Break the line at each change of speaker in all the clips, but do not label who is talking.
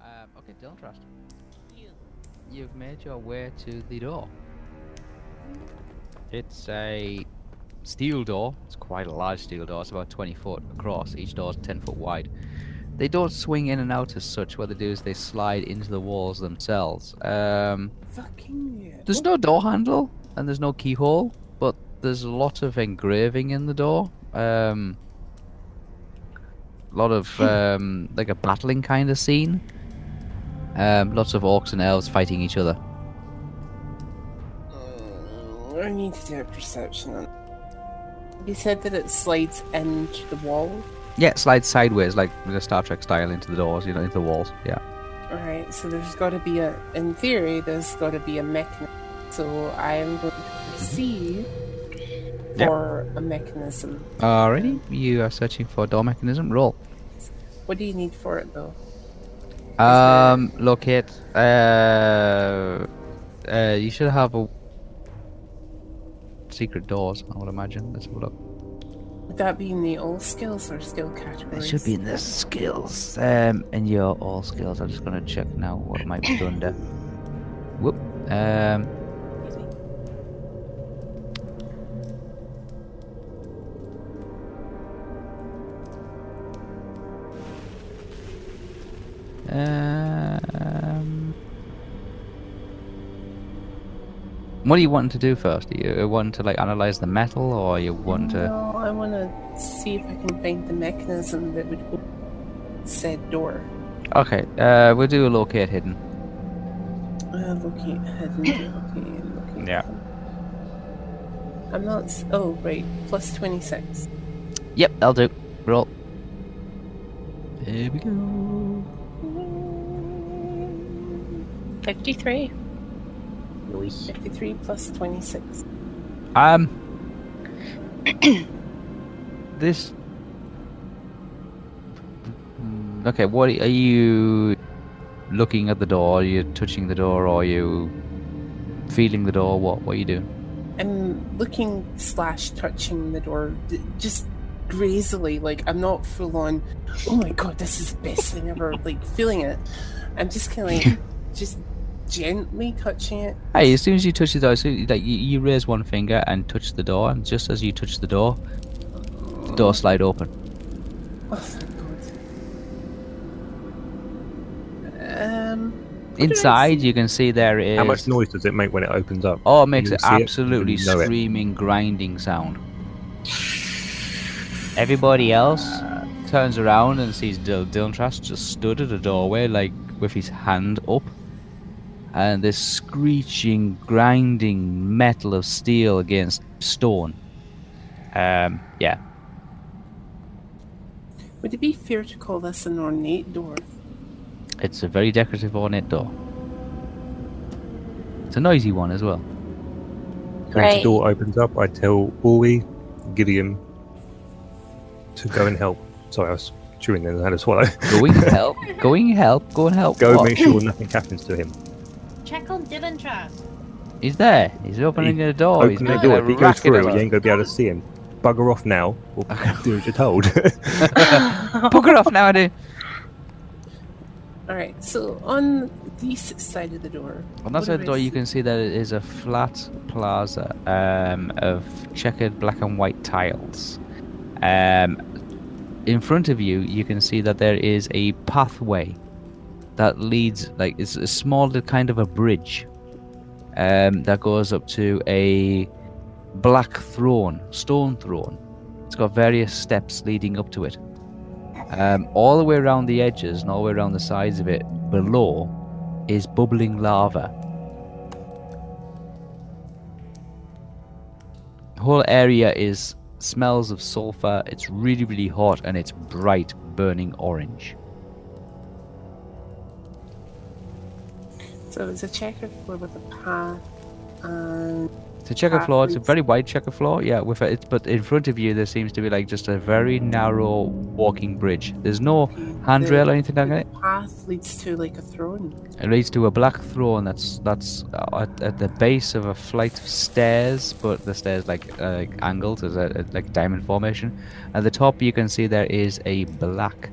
Um, okay, Deltrust. You. You've made your way to the door. It's a steel door. It's quite a large steel door. It's about 20 foot across. Each door is 10 foot wide. They don't swing in and out as such. What they do is they slide into the walls themselves. Um,
Fucking yeah.
there's no door handle and there's no keyhole, but there's a lot of engraving in the door. Um, a lot of um, like a battling kind of scene. Um, lots of orcs and elves fighting each other.
Mm, I need to do a perception on. You said that it slides into the wall.
Yeah, slide sideways like in a Star Trek style into the doors, you know, into the walls. Yeah.
Alright, so there's got to be a. In theory, there's got to be a mechanism. So I'm going to see
Yep.
for a mechanism.
Alrighty, you are searching for a door mechanism. Roll.
What do you need for it though?
Um, locate. Uh, uh, you should have a secret doors. I would imagine. Let's have a look.
Would that be in the all skills or skill
It
categories?
should be in the skills. Um, in your all skills. I'm just gonna check now what it might be under. Whoop. Um. Um. What are you wanting to do first? Are you wanting to like analyze the metal, or you want to?
No, I want to see if I can find the mechanism that would open said door.
Okay, uh, we'll do a locate hidden.
Uh, looking ahead and looking, looking.
Yeah.
I'm not. s- Oh, right. Plus 26.
Yep, that'll do. Roll. Here we go.
53.
53 plus 26.
Um. this. Mm, Okay, what are you looking at the door? Are you touching the door? Or are you feeling the door? What? What are you doing?
I'm looking slash touching the door d- just grazily. Like, I'm not full on, oh my god, this is the best thing ever. Like, feeling it. I'm just kind of like, just gently touching it.
Hey, as soon as you touch the door, as soon, like you, you raise one finger and touch the door, and just as you touch the door, the door slide open.
Oh, thank god. Um.
Inside, you can see there is
How much noise does it make when it opens up?
Oh, it makes
You'll
it
see it, you
absolutely
know it.
screaming, grinding sound. Everybody else turns around and sees Dil- Dylan Trask just stood at a doorway, like with his hand up, and this screeching, grinding metal of steel against stone. Um, yeah,
Would it be fair to call this an ornate door?
it's a very decorative ornate door. It's a noisy one as well.
When
Great.
the door opens up, I tell Uli, Gideon, to go and help. Sorry, I was chewing and had a swallow.
Going help. Going help. Go and help.
Go
What?
make sure nothing happens to him.
Check on Dylan Trask.
He's there. He's opening the door. Oh, He's
Open the
making
door.
a
If he goes
racket
through,
of
you
it.
ain't gonna be able to see him. Bugger off now, or do as you're told.
Bugger off now, I do.
All right. So on this side of the door.
On that
what
side of
do
the
I
door, you
see?
can see that it is a flat plaza um, of checkered black and white tiles. Um, in front of you, you can see that there is a pathway that leads, like, it's a small little kind of a bridge um, that goes up to a black throne, stone throne. It's got various steps leading up to it. Um, all the way around the edges and all the way around the sides of it, below, is bubbling lava. The whole area is smells of sulfur. It's really, really hot and it's bright, burning orange.
So it's a checker floor with a path. um, And
It's a checker floor. It's a
Athletes.
very wide checker floor. Yeah, with a, it's, but in front of you there seems to be like just a very narrow walking bridge. There's no handrail or anything like that.
path leads to like a throne.
It leads to a black throne that's that's uh, at, at the base of a flight of stairs, but the stairs like uh, like angled, as a, a- like diamond formation. At the top, you can see there is a black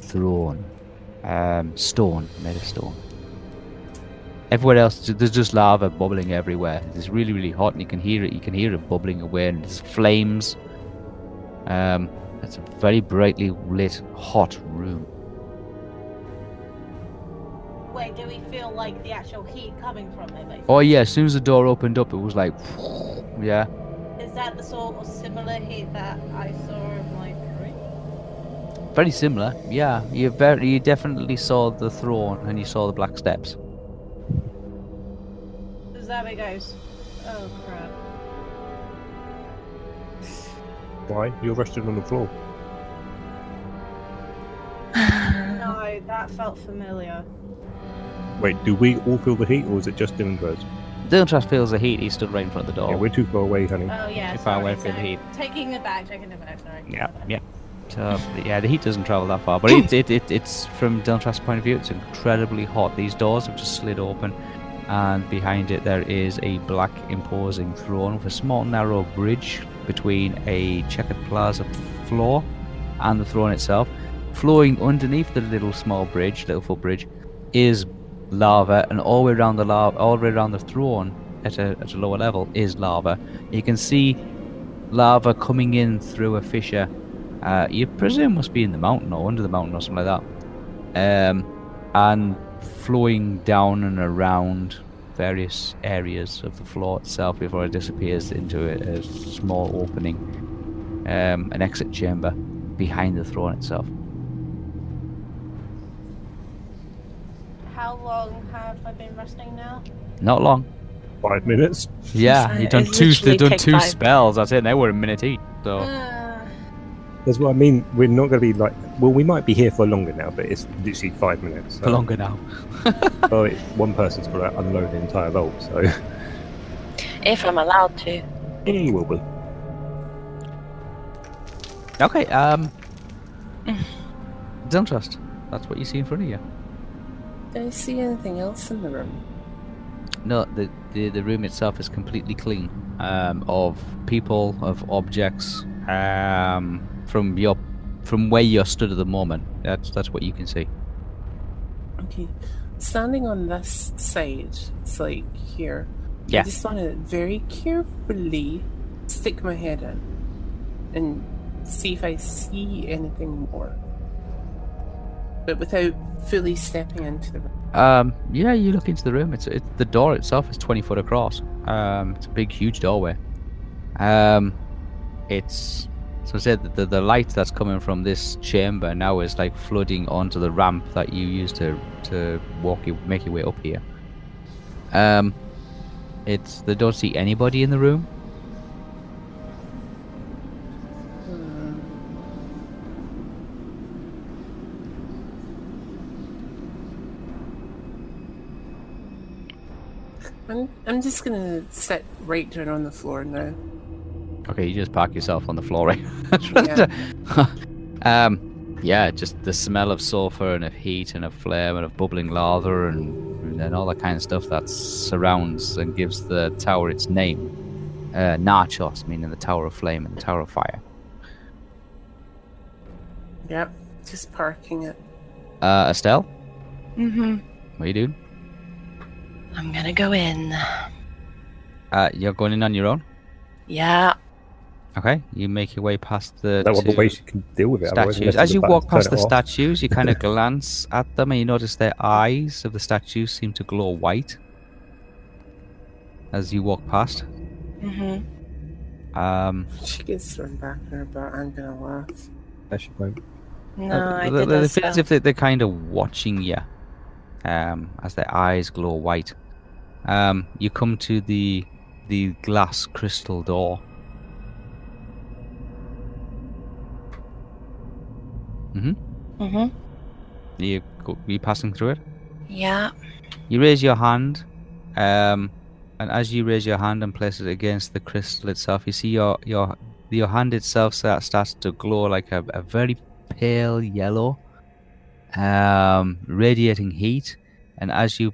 throne, um, stone made of stone. Everywhere else, there's just lava bubbling everywhere. It's really really hot, and you can hear it. You can hear it bubbling away, and there's flames. Um, it's a very brightly lit, hot room.
Wait, do we feel like the actual heat coming from it? Like,
Oh yeah, as soon as the door opened up, it was like, yeah.
Is that the sort of similar heat that I saw in my dream?
Very similar, yeah. You very, you definitely saw the throne and you saw the black steps.
Is that it goes? Oh crap.
Why? You're resting on the floor.
No, that felt familiar.
Wait, do we all feel the heat, or is it just Dylan Birds?
Dylan Trask feels the heat. He stood right in front of the door.
Yeah, we're too far away, honey.
Oh yeah.
Too far away
sorry,
from the heat.
Taking it back, taking it back. Sorry.
yeah, yeah. So, yeah, the heat doesn't travel that far, but it, it, it, it's from Dylan Trask's point of view, it's incredibly hot. These doors have just slid open, and behind it there is a black imposing throne with a small narrow bridge between a checkered plaza floor and the throne itself. Flowing underneath the little small bridge, little footbridge, is lava, and all the way around the lava, all the way around the throne at a, at a lower level is lava. You can see lava coming in through a fissure. Uh, you
Hmm?
presume must be in the mountain or under the mountain or something like that, um, and flowing down and around various areas of the floor itself before it disappears into a, a small opening, um, an exit chamber behind the throne itself.
How long have I been resting now?
Not long.
Five minutes.
Yeah,
So
you've done
it
two.
literally Hmm.
They've done
take
two
five.
spells. That's it. They were a minute each. So
Uh,
That's what I mean. We're not going to be like. Well, we might be here for longer now, but it's literally five minutes. So.
longer now.
Well, Oh, it, one person's got to unload the entire vault, so
If I'm allowed to.
he will be.
Okay. Um. Don't trust. That's what you see in front of you.
Did I see anything else in the room?
No, the, the, the room itself is completely clean um, of people, of objects um, from your from where you're stood at the moment. That's that's what you can see.
Okay. Standing on this side, it's like here.
Yeah.
I just want to very carefully stick my head in and see if I see anything more. But without fully stepping into the room.
Um, yeah, you look into the room. It's it, the door itself is twenty foot across. Um, it's a big, huge doorway. Um, it's so I said that the, the light that's coming from this chamber now is like flooding onto the ramp that you use to to walk you make your way up here. Um, it's they don't see anybody in the room.
I'm, I'm just going to sit right down on the floor now.
Okay, you just park yourself on the floor, right?
Yeah.
um, yeah, just the smell of sulfur and of heat and of flame and of bubbling lava and and all that kind of stuff that surrounds and gives the tower its name. Uh, Narchos, meaning the Tower of Flame and the Tower of Fire.
Yep. Just parking it.
Uh, Estelle,
Mm-hmm.
what are you doing?
I'm gonna go in.
Uh, you're going in on your own.
Yeah.
Okay, you make your way past the
That was the
two
way she can deal with it. otherwise
statues.
unless there's
As
a
you
button
walk
to
past the
turn it off.
statues, you kind of glance at them and you notice their eyes of the statues seem to glow white as you walk past.
Mm-hmm.
Um,
She gets thrown back in her butt. I'm gonna laugh.
That's your point.
No,
uh,
I
th-
did
th- it
as
feels as
well.
if they- they're kind of watching you um, as their eyes glow white. Um, you come to the the glass crystal door.
uh,
Mm-hmm.
Are you, go- are you passing through it?
Yeah.
You raise your hand, um, and as you raise your hand and place it against the crystal itself, you see your your your hand itself sta- starts to glow like a, a very pale yellow, um, radiating heat. And as you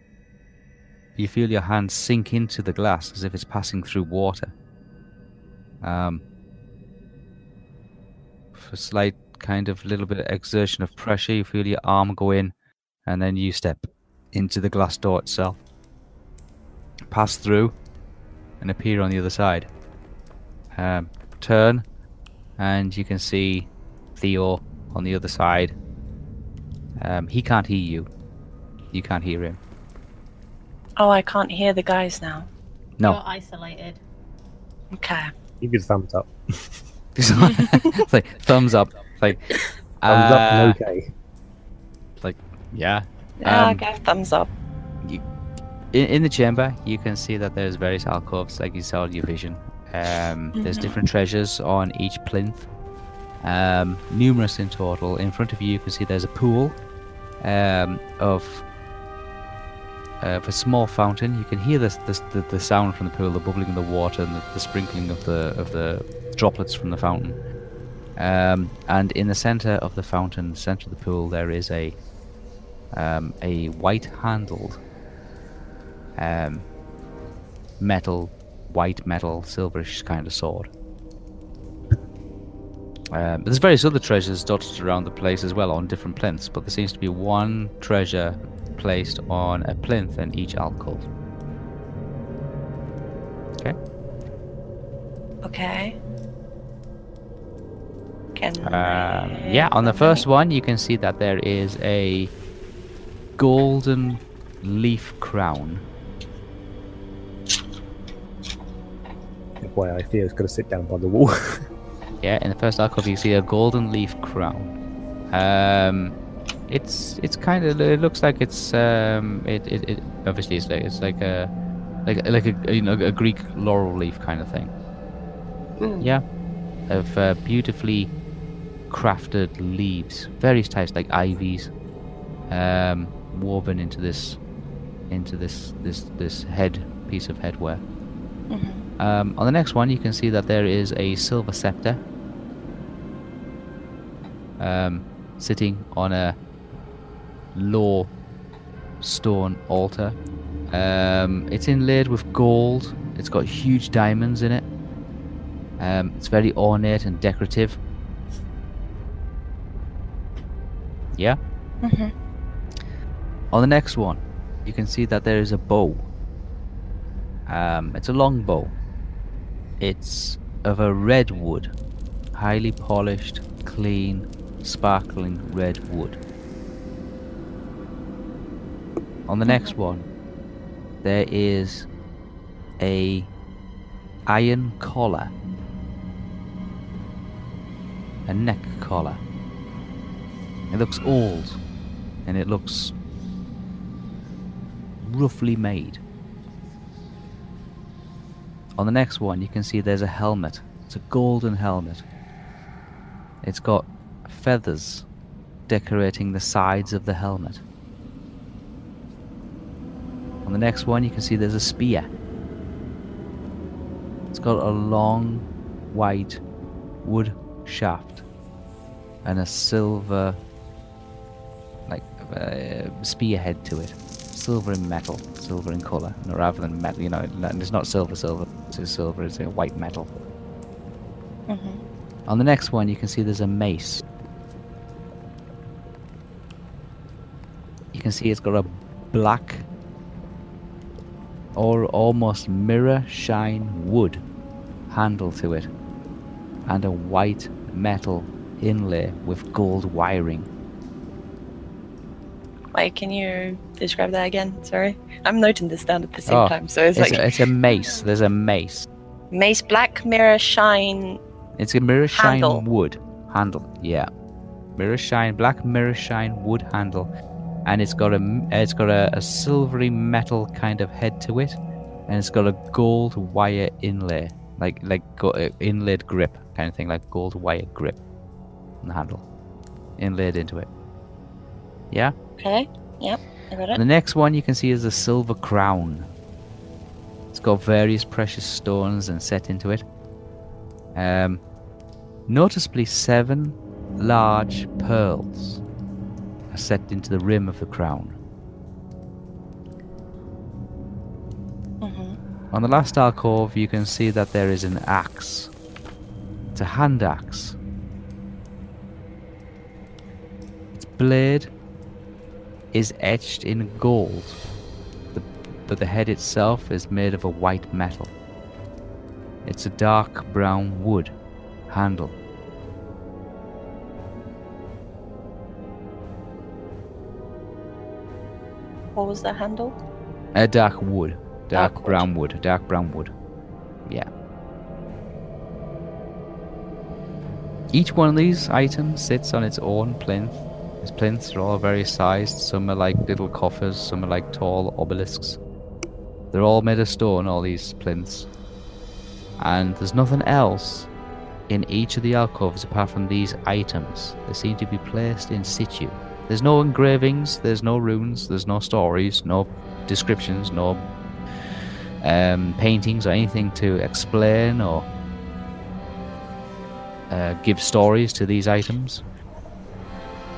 you feel your hand sink into the glass as if it's passing through water. Um, for slight kind of little bit of exertion of pressure, you feel your arm go in, and then you step into the glass door itself, pass through, and appear on the other side. Um, turn, and you can see Theo on the other side. Um, he can't hear you. You can't hear him.
Oh, I can't hear the guys now.
No.
You're isolated.
Okay.
Give you the thumbs up.
it's like thumbs up. It's like
Thumbs up
uh,
and okay.
Yeah.
Yeah, I
Um,
gave thumbs up.
in, in the chamber you can see that there's various alcoves like you saw in your vision um, there's
Mhm.
different treasures on each plinth um, numerous in total in front of you you can see there's a pool um, of of a small fountain you can hear this, this the, the sound from the pool the bubbling of the water and the, the sprinkling of the of the droplets from the fountain um, and in the center of the fountain center of the pool there is a um, a white handled um, metal, white metal, silverish kind of sword. Um, there's various other treasures dotted around the place as well on different plinths, but there seems to be one treasure placed on a plinth in each alcove.
Okay. Can
Um, yeah, on the first one, you can see that there is a golden leaf crown.
Why I feel it's going to sit down by the wall.
Yeah, in the first alcove you see a golden leaf crown. Um, it's it's kind of it looks like it's um it, it, it obviously it's like it's like a like like a you know a Greek laurel leaf kind of thing.
Mm.
Yeah, of uh, beautifully crafted leaves, various types like ivies, um, woven into this into this this this head piece of headwear.
Mm-hmm.
Um, on the next one, you can see that there is a silver scepter um, sitting on a low stone altar. Um, it's inlaid with gold, it's got huge diamonds in it. Um, it's very ornate and decorative. Yeah.
Mm-hmm.
On the next one, you can see that there is a bow. Um, it's a long bow. It's of a red wood, highly polished, clean, sparkling red wood. On the next one, there is a iron collar, a neck collar. It looks old, and it looks roughly made. On the next one, you can see there's a helmet. It's a golden helmet. It's got feathers decorating the sides of the helmet. On the next one, you can see there's a spear. It's got a long, white wood shaft. and a silver, like, uh, spearhead to it. Silver in metal, silver in color, no, rather than metal, you know, and it's not silver, silver, it's silver, it's a white metal.
Mm-hmm.
On the next one, you can see there's a mace. You can see it's got a black or almost mirror shine wood handle to it and a white metal inlay with gold wiring.
Wait, can you describe that again? Sorry, I'm noting this down at the same
Oh,
time, so it's,
It's,
like
a, it's a mace. There's a mace.
mace, black mirror, shine.
It's a mirror shine
Handle.
wood handle. Yeah, mirror shine, black mirror shine wood handle, and it's got a m- uh, it's got a, a silvery metal kind of head to it, and it's got a gold wire inlay, like like go, uh, inlaid grip kind of thing, like gold wire grip on the handle, inlaid into it. Yeah.
Okay. Yep, I got
And
it.
the next one you can see is a silver crown. It's got various precious stones and set into it. Um, noticeably, seven large pearls are set into the rim of the crown.
Mm-hmm.
On the last alcove, you can see that there is an axe. It's a hand axe. Its blade is etched in gold, the, but the head itself is made of a white metal. It's a dark brown wood handle.
What was the handle?
A Uh, dark wood. Dark,
Dark wood.
brown wood. Dark brown wood. Yeah. Each one of these items sits on its own plinth. Its plinths are all various sized. Some are like little coffers, some are like tall obelisks. They're all made of stone, all these plinths. And there's nothing else in each of the alcoves apart from these items. They seem to be placed in situ. There's no engravings, there's no runes, there's no stories, no descriptions, no um, paintings or anything to explain or uh, give stories to these items.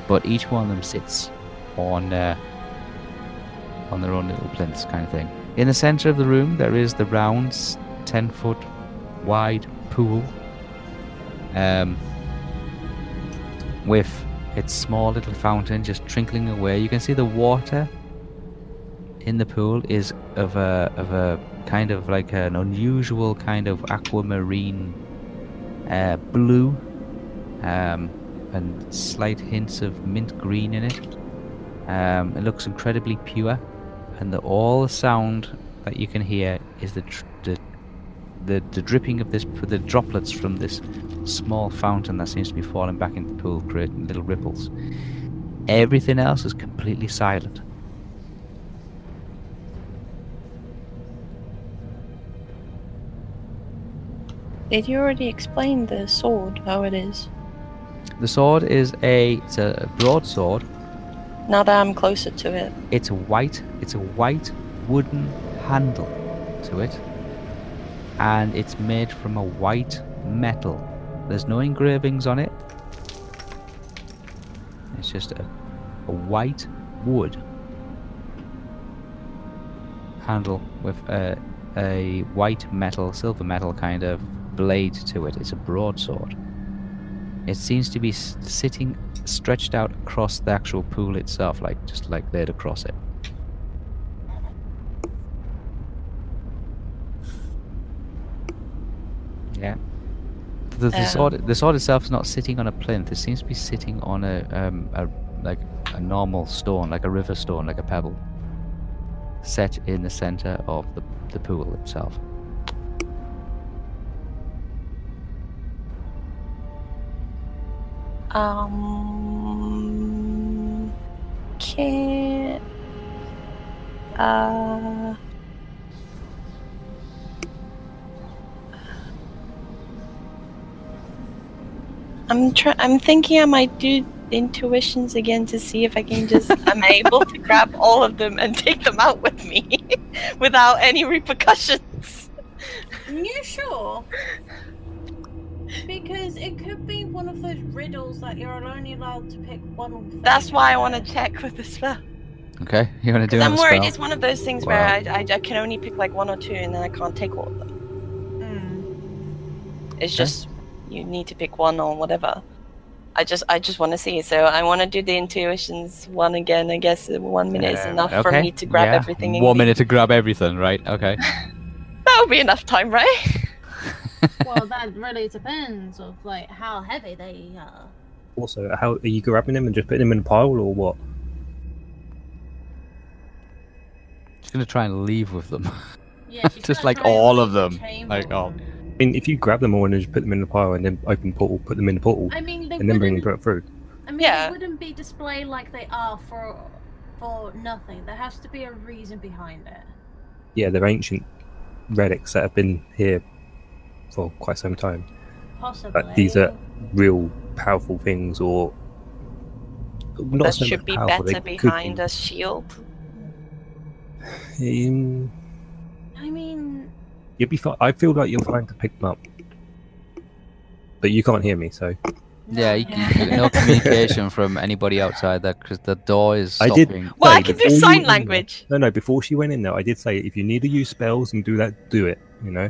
But each one of them sits on uh, on their own little plinths, kind of thing. In the center of the room, there is the round, s- ten foot wide pool um, with its small little fountain just trickling away. You can see the water in the pool is of a of a kind of like an unusual kind of aquamarine uh, blue, um, and slight hints of mint green in it. Um, it looks incredibly pure, and the, all the sound that you can hear is the tr- the, the the dripping of this the droplets from this small fountain that seems to be falling back into the pool, creating little ripples. Everything else is completely silent.
Did you already explain the sword? How it is?
The sword is a it's a broadsword.
Now that I'm closer to it.
It's a white it's a white wooden handle to it. And it's made from a white metal. There's no engravings on it. It's just a, a white wood handle with a, a white metal, silver metal kind of blade to it. It's a broadsword. It seems to be s- sitting stretched out across the actual pool itself, like just like laid across it. Yeah. The, the
Um,
sword, the sword itself is not sitting on a plinth. It seems to be sitting on a, um, a like a normal stone, like a river stone, like a pebble, set in the center of the, the pool itself.
Um. Can. Uh. I'm try- I'm thinking I might do intuitions again to see if I can just I'm able to grab all of them and take them out with me without any repercussions.
Are you sure? Because it could be one of those riddles that you're only allowed to pick one. Thing.
That's why I want to check with the spell.
Okay, you want to do
Because I'm
another
worried
spell?
it's one of those things where I, I, I can only pick like one or two and then I can't take all of them.
Mm.
It's
Okay.
just you need to pick one or whatever. I just I just want to see. So I want to do the intuitions one again. I guess uh, one minute is
Um,
enough for
okay,
me to grab
yeah.
everything. and
One
leave.
minute to grab everything, right? Okay.
That would be enough time, right?
well, that really depends of like how heavy they are.
Also, how are you grabbing them and just putting them in a pile or what?
Just gonna try and leave with them.
Yeah, she's
Just
gonna
like
try and
all
leave
of
the
them,
chamber
like,
with
oh.
them.
I mean, if you grab them all and just put them in a pile and then open portal, put them in the portal,
I mean, they
and then bring
wouldn't.
them through.
I mean,
Yeah.
they wouldn't be displayed like they are for for nothing. There has to be a reason behind it.
Yeah, they're ancient relics that have been here for quite some time.
Possibly.
Like these are real powerful things, or not
That
so much
should be
powerful, they
better
could
behind a shield.
be. Um,
I mean,
you'll be fine. I feel like you're fine to pick them up, but you can't hear me, so
Yeah, you, you,
Yeah.
no communication from anybody outside that because the door is
I
stopping.
did-
Well, I
Wait,
can
all
do
you
sign
in
language.
No, no. Before she went in there, I did say if you need to use spells and do that, do it. You know,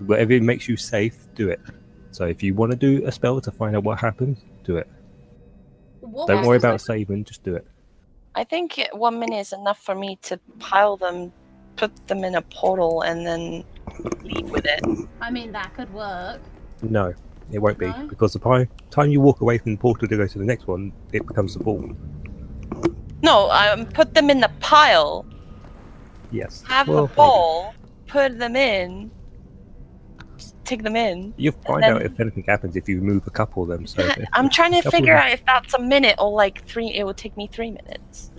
whatever makes you safe, do it. So if you want to do a spell to find out what happened, do it.
Oh,
what
Don't
was
worry
the
about saving, just do it.
I think uh, one minute is enough for me to pile them, put them in a portal, and then leave with it.
I mean, that could work.
No, it won't be
No?
because the pi- time you walk away from the portal to go to the next one, it becomes the ball.
No, um, put them in the pile.
Yes.
Have
Well,
the ball. Put them in. just Take them in.
You'll find
then-
out if anything happens if you remove a couple of them. So if-
I'm trying to
Couple
figure
of-
out if that's a minute or like three. It will take me three minutes.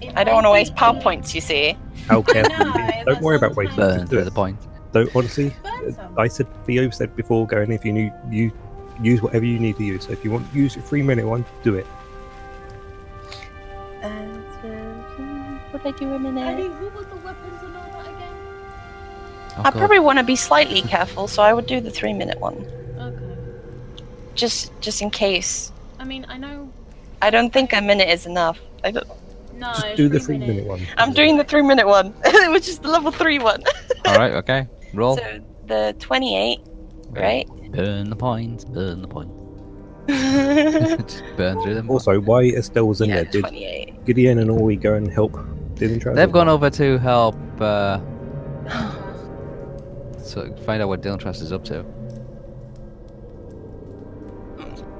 It
I
might
don't want to
be
waste
in-
PowerPoints, you see.
how careful you
No,
be. Don't
that
worry about
sounds
waiting.
like-
Just
Burn
do
to
it.
the point.
Don't honestly. uh,
Burn some.
I said Theo said before going if you knew you use whatever you need to use. So if you want to use a three minute one, do it.
And, uh, what did I do in a
I
minute?
mean, what was the weapons and all that again?
Oh,
I
God.
probably want to be slightly careful, so I would do the three minute one,
Okay.
just just in case.
I mean, I know.
I don't think a minute is enough. I don't,
No.
Just do the
Oh, three
three minute one.
I'm doing the three minute one, which is the level three one.
All right. Okay. Roll.
So the 28, right?
Burn the points. Burn the points.
yeah,
Just burn through them.
Also, why Estelle was in there? Did
28.
Gideon and Ori go and help? Didn't try.
They've gone over to help. Uh, so find out what Dylan Trust is up to.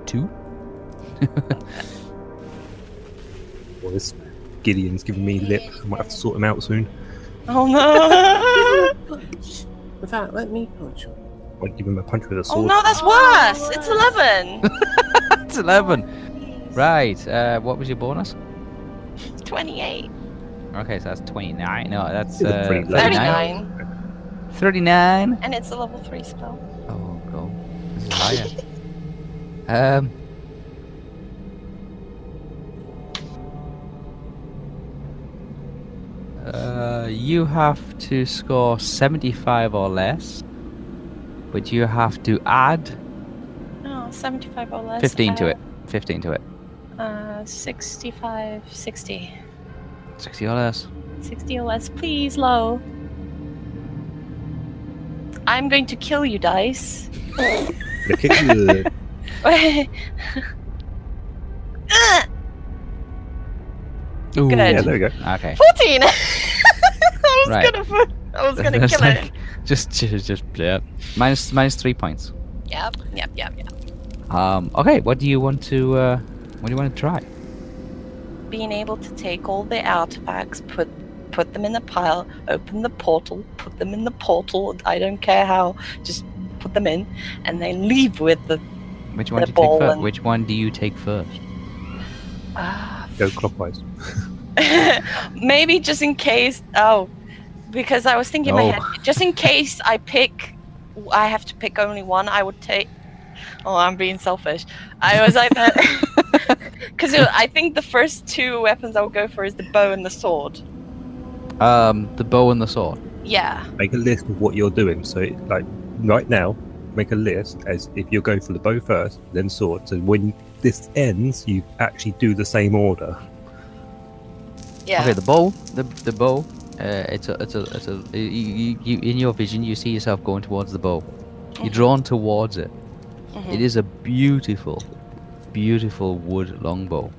Two.
Boys. Gideon's giving me lip. I might have to sort him out soon.
Oh no!
Punch. With that, let me punch you.
I'd give him a punch with a
oh
sword.
no, that's
Oh,
worse! It's
worse.
11!
It's eleven. Right. Uh, what was your bonus?
28.
Okay, so that's twenty-nine. No, that's
It's a
uh,
pretty low.
39.
39.
Thirty-nine.
And it's a level 3 spell.
Oh, go. This is higher. um. Uh, you have to score 75 or less, but you have to add
Oh, 75 or less.
15 to
uh,
it. 15 to it.
Uh, 65, 60.
60 or less.
60 or less, please, low. I'm going to kill you, dice.
They kick you to the-
Ugh.
Ooh.
yeah,
Good.
there we go.
Okay.
14! I was
Right.
gonna, fu- I was gonna kill it.
Just, just, just, yeah. Minus, minus three points.
Yep, yep, yep, yep.
Um, okay, what do you want to, uh, what do you want to try?
Being able to take all the artifacts, put put them in the pile, open the portal, put them in the portal. I don't care how, just put them in, and then leave with the
Which one
The
do you take
ball
first?
and-
Which one do you take first?
ah,
Go clockwise.
Maybe just in case. Oh, because I was thinking in my
No.
head, just in case I pick, I have to pick only one. I would take. Oh, I'm being selfish. I was like that because I think the first two weapons I would go for is the bow and the sword.
Um, the bow and the sword.
Yeah.
Make a list of what you're doing. So, like, right now, make a list as if you're going for the bow first, then sword. So when this ends, you actually do the same order.
Yeah.
Okay, the bow, the the bow. Uh, it's a, it's a, it's a. You, you, you, in your vision, you see yourself going towards the bow.
Mm-hmm.
You're drawn towards it. It is a beautiful, beautiful wood longbow.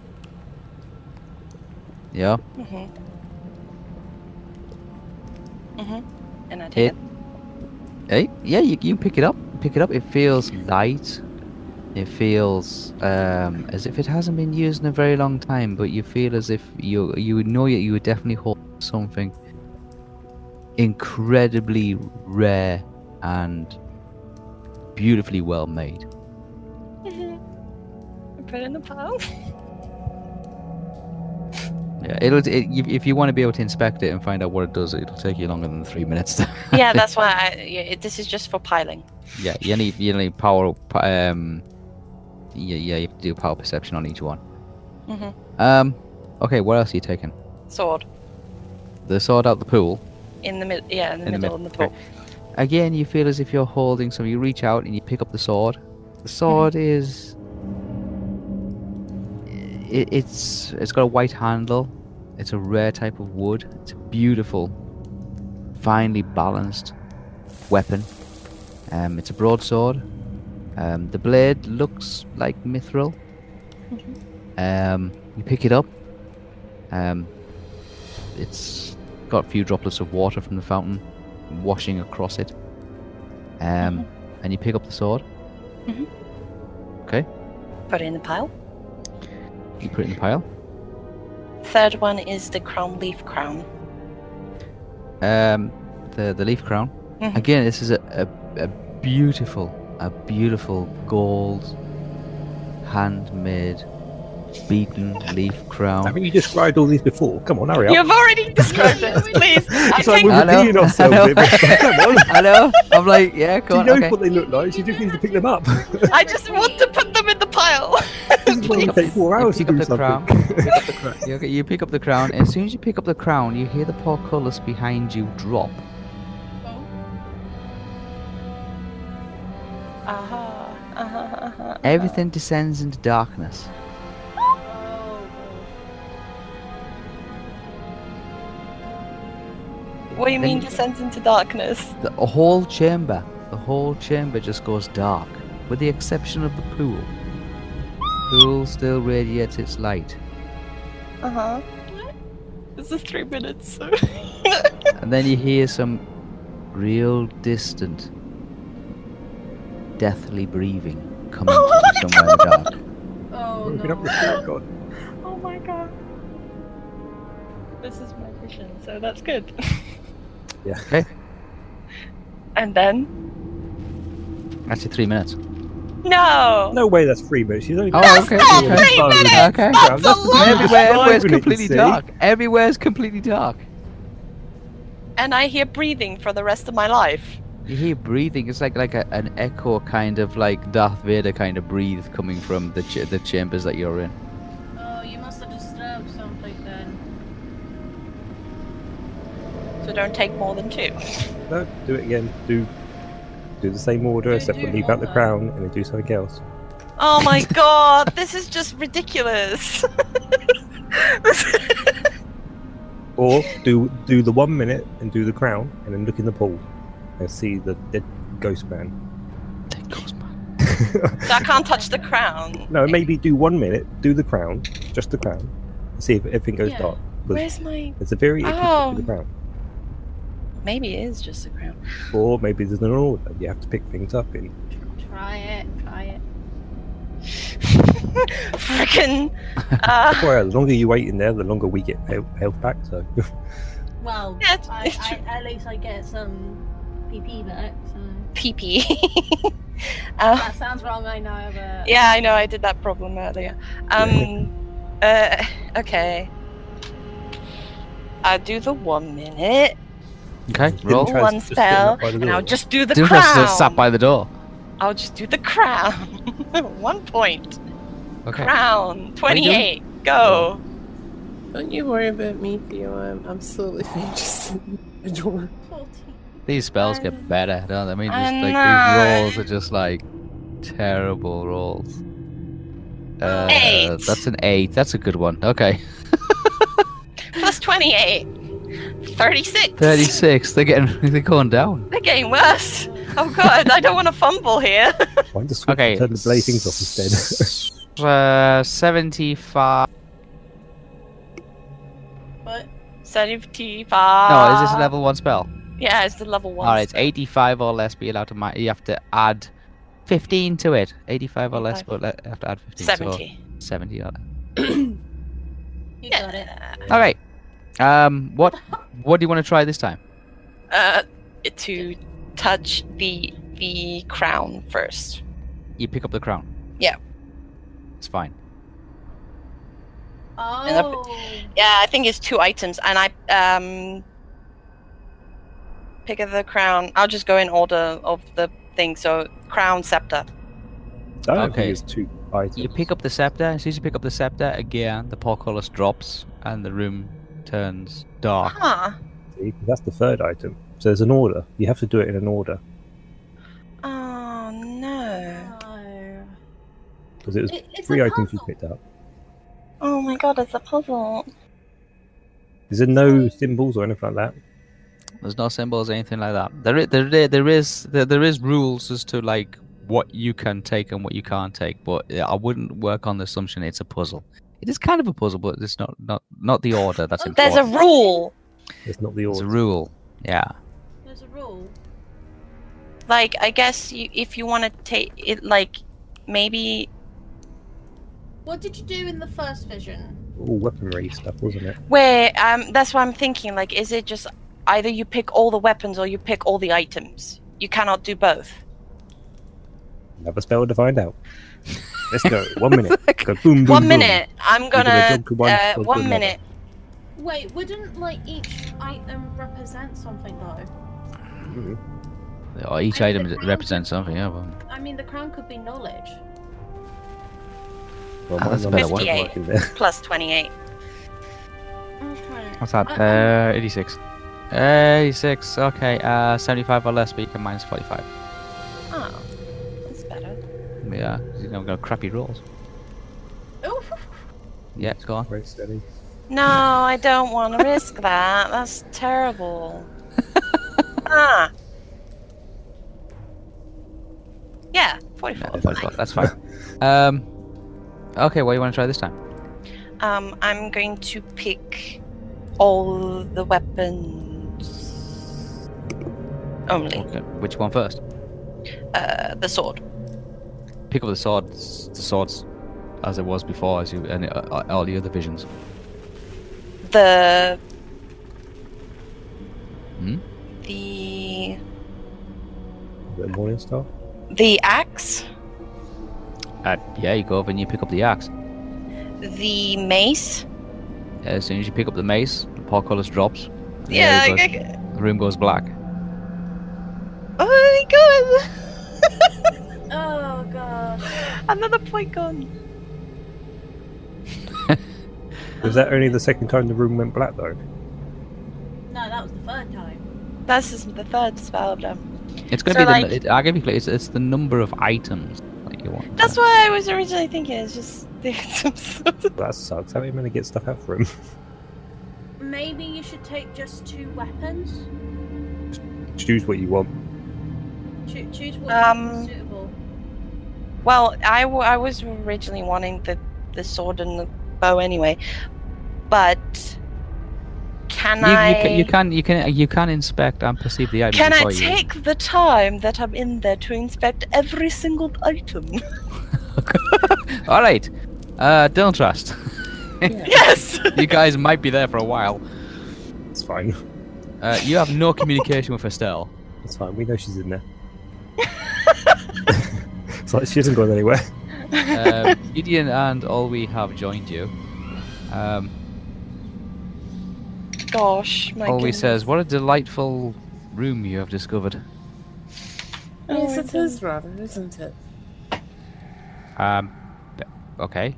Yeah,
Mhm. Mhm. And I take
it.
it.
Hey, yeah, you, you pick it up. Pick it up. It feels light. It feels um, as if it hasn't been used in a very long time, but you feel as if you you would know that you would definitely hold something incredibly rare and beautifully well made.
I Put it in the pile.
Yeah, it'll it, you- if you want to be able to inspect it and find out what it does, it'll take you longer than three minutes.
yeah, that's why. I, yeah, it, this is just for piling.
yeah, you need you need power. Um, yeah, yeah, you have to do power perception on each one.
Mhm.
Um, okay, what else are you taking?
Sword
The sword out the pool.
in the middle. Yeah, in the
In the
middle in the pool.
Again, you feel as if you're holding something. You reach out and you pick up the sword. The sword is. It, it's it's got a white handle. It's a rare type of wood. It's a beautiful, finely balanced weapon. Um, it's a broadsword. Um, the blade looks like mithril. Um, you pick it up. Um, it's got a few droplets of water from the fountain washing across it. Um, and you pick up the sword.
Put it in the pile.
You put it in the pile.
Third one is the crown leaf crown.
Um, the the leaf crown.
Mhm.
Again, this is a, a, a beautiful, a beautiful gold, handmade, beaten leaf crown.
Haven't you described all these before? Come on, hurry up.
You've already described it. Please, I
It's like
take.
we're
I know,
repeating
I
ourselves.
know.
It was- Come on.
I know. I'm like, yeah,
She
go on.
knows
Okay.
what they look like. She just needs to pick them up.
I just want to put them in the pile.
This is going to take four hours to
pick up
do
the crown.
something.
pick up the crown. You- okay, you pick up the crown. and as soon as you pick up the crown, you hear the portcullis behind you drop.
Uh-huh, uh-huh, uh-huh.
Everything descends into darkness.
What do you mean
Then-
descends into darkness?
The whole chamber, the whole chamber just goes dark, with the exception of the pool. Pool still radiates its light,
Uh huh. This is three minutes, so.
and then you hear some real distant, deathly breathing coming from somewhere in the dark.
Oh
Open up the
no.
crown, God.
oh my god. This is my vision, so that's good.
Yeah.
Okay.
And then?
Actually, three minutes.
No!
No way, that's three minutes. She's only
Oh,
got
okay,
three
okay.
minutes.
Okay.
That's the
lot!
Everywhere, everywhere's
describing it, you
completely
see.
dark. Everywhere's completely dark.
And I hear breathing for the rest of my life.
You hear breathing. It's like like a, an echo, kind of like Darth Vader kind of breathe coming from the ch- the chambers that you're in.
Oh, you must have disturbed something then.
So don't take more than two.
No, do it again. Do do the same order,
Do-
except
do
for leave out the
order.
crown and then do something else.
Oh my god, this is just ridiculous.
Or do do the one minute and do the crown and then look in the pool and see the dead ghost man.
so I can't touch the crown.
No, maybe do one minute, do the crown, just the crown, and see if everything goes
Yeah.
dark. 'Cause
Where's my.
It's a very iffy thing
Oh.
to do the crown.
Maybe it is just a crown.
Or maybe there's an order. You have to pick things up in.
Try it, try it.
Frickin'. Uh,
Well, the longer you wait in there, the longer we get he- health back. So
Well,
yeah, it's-
I,
it's true.
I, at least I get some PP back, so.
pee pee. uh,
That sounds wrong, I know, but.
yeah, I know I did that problem earlier. Um, uh, okay. I do the one minute,
Okay,
Didn't
roll.
try
one
just sitting up by the
and I'll
door.
just do the
Doom Dust
crown.
is sat by the door.
I'll just do the crown. one point.
Okay.
Crown. Twenty-eight. Go.
Don't you worry about me, Theo. I'm, I'm slowly just in the door.
14.
These spells
Um,
get better, don't they? I mean,
I
just like these
know.
rolls are just like terrible rolls. Uh,
Eight.
That's an eight. That's a good one. Okay,
Plus 28. 36.
thirty-six. They're getting they're going down.
They're getting worse. Oh god, I don't want to fumble here.
Why don't the switch
Okay,
turn the blazings off instead?
instead. uh, seventy-five.
But
75.
No, is this a level one spell?
Yeah, it's the level one.
All right, it's eighty-five or less. Be allowed to. Mi- you have to add fifteen to it. Eighty-five or less, but le- have to add fifteen. so
70.
Seventy. Or less.
you
Yeah.
got it.
All right. Um, what what do you want to try this time?
Uh, to touch the the crown first.
You pick up the crown.
Yeah.
It's fine.
Oh.
Yeah, I think it's two items, and I um pick up the crown. I'll just go in order of the thing. So crown, scepter.
I don't
Okay.
think it's two items.
You pick up the scepter. As soon as you pick up the scepter, again the portcullis drops and the room turns dark.
Huh.
See, That's the third item. So there's an order. You have to do it in an order
Oh no.
No.
because it was
It- it's
three
a
items you
puzzle.
picked up.
Oh my god, it's a puzzle.
Is there no symbols or anything like that?
There's no symbols, anything like that. There, i- there, there, there is there, there is rules as to like what you can take and what you can't take. But yeah, I wouldn't work on the assumption it's a puzzle. It is kind of a puzzle, but it's not not not the order that's important.
There's a rule.
It's not the
There's a
order.
rule. Yeah.
There's a rule.
Like I guess you, if you want to take it, like maybe
What did you do in the first vision?
All weaponry stuff, wasn't it?
where um that's what I'm thinking. Like, is it just either you pick all the weapons or you pick all the items? You cannot do both.
Another spell to find out. Let's go. One minute. Go boom, boom,
one
boom.
minute. I'm
You're
gonna.
jump to
Uh,
jump to
one
another.
minute.
Wait, wouldn't like each item represent something though?
Mhm.
Or each
I mean,
item
the crown
represents
could-
something. Yeah. But...
I mean, the crown could be knowledge.
Well,
Ah,
mine's
that's
on
a
the
better one.
second mark in there.
Plus 28.
Okay.
What's that?
I-
Uh, 86. 86, okay. Uh, 75 or less, but you can minus 45.
Oh, that's better.
Yeah, you know, we've got crappy rules.
I'm- Oof.
Yeah, it's gone.
Very steady.
No, I don't want to risk that. That's terrible. ah. Yeah, 44.
No, that's fine. That's fine. um, okay, what do you want to try this time?
Um, I'm going to pick all the weapons. Only
Okay, Which one first?
uh, the sword.
Pick up the sword, s- the swords as it was before, as you and uh, all the other visions.
The.
Hmm?
The.
The morning star.
The axe.
Uh, yeah, you go over and you pick up the axe. Uh,
the mace.
As soon as you pick up the mace, the portcullis drops. and there
Yeah,
it
I-
goes.
I-
the room goes black.
oh my
Oh god.
god! Another point gone.
Was that only the second time the room went black though?
No, that was the third time.
This is the third spell now.
It's going to be
So, like-
the. It, I'll give you. It's, it's the number of items that you want.
That's what I was originally thinking. It's just the items.
That sucks. How are you going to get stuff out for him?
Maybe you should take just two weapons.
Choose what you want.
Choo- choose what
Um,
is suitable.
well, I, w- I was originally wanting the the sword and the bow anyway, but can
You,
I?
you, can, you can you can you can inspect and perceive the item.
can I
before you-
take the time that I'm in there to inspect every single item?
All right, uh, don't trust.
yes.
you guys might be there for a while.
It's fine.
Uh, you have no communication with Estelle.
It's fine. We know she's in there. it's like she hasn't gone anywhere.
Um, Gideon and all we have joined you. Um,
Gosh, Oh my
all we
goodness.
says, "What a delightful room you have discovered."
Oh,
yes, it
no.
is rather, isn't it?
Um, b- okay.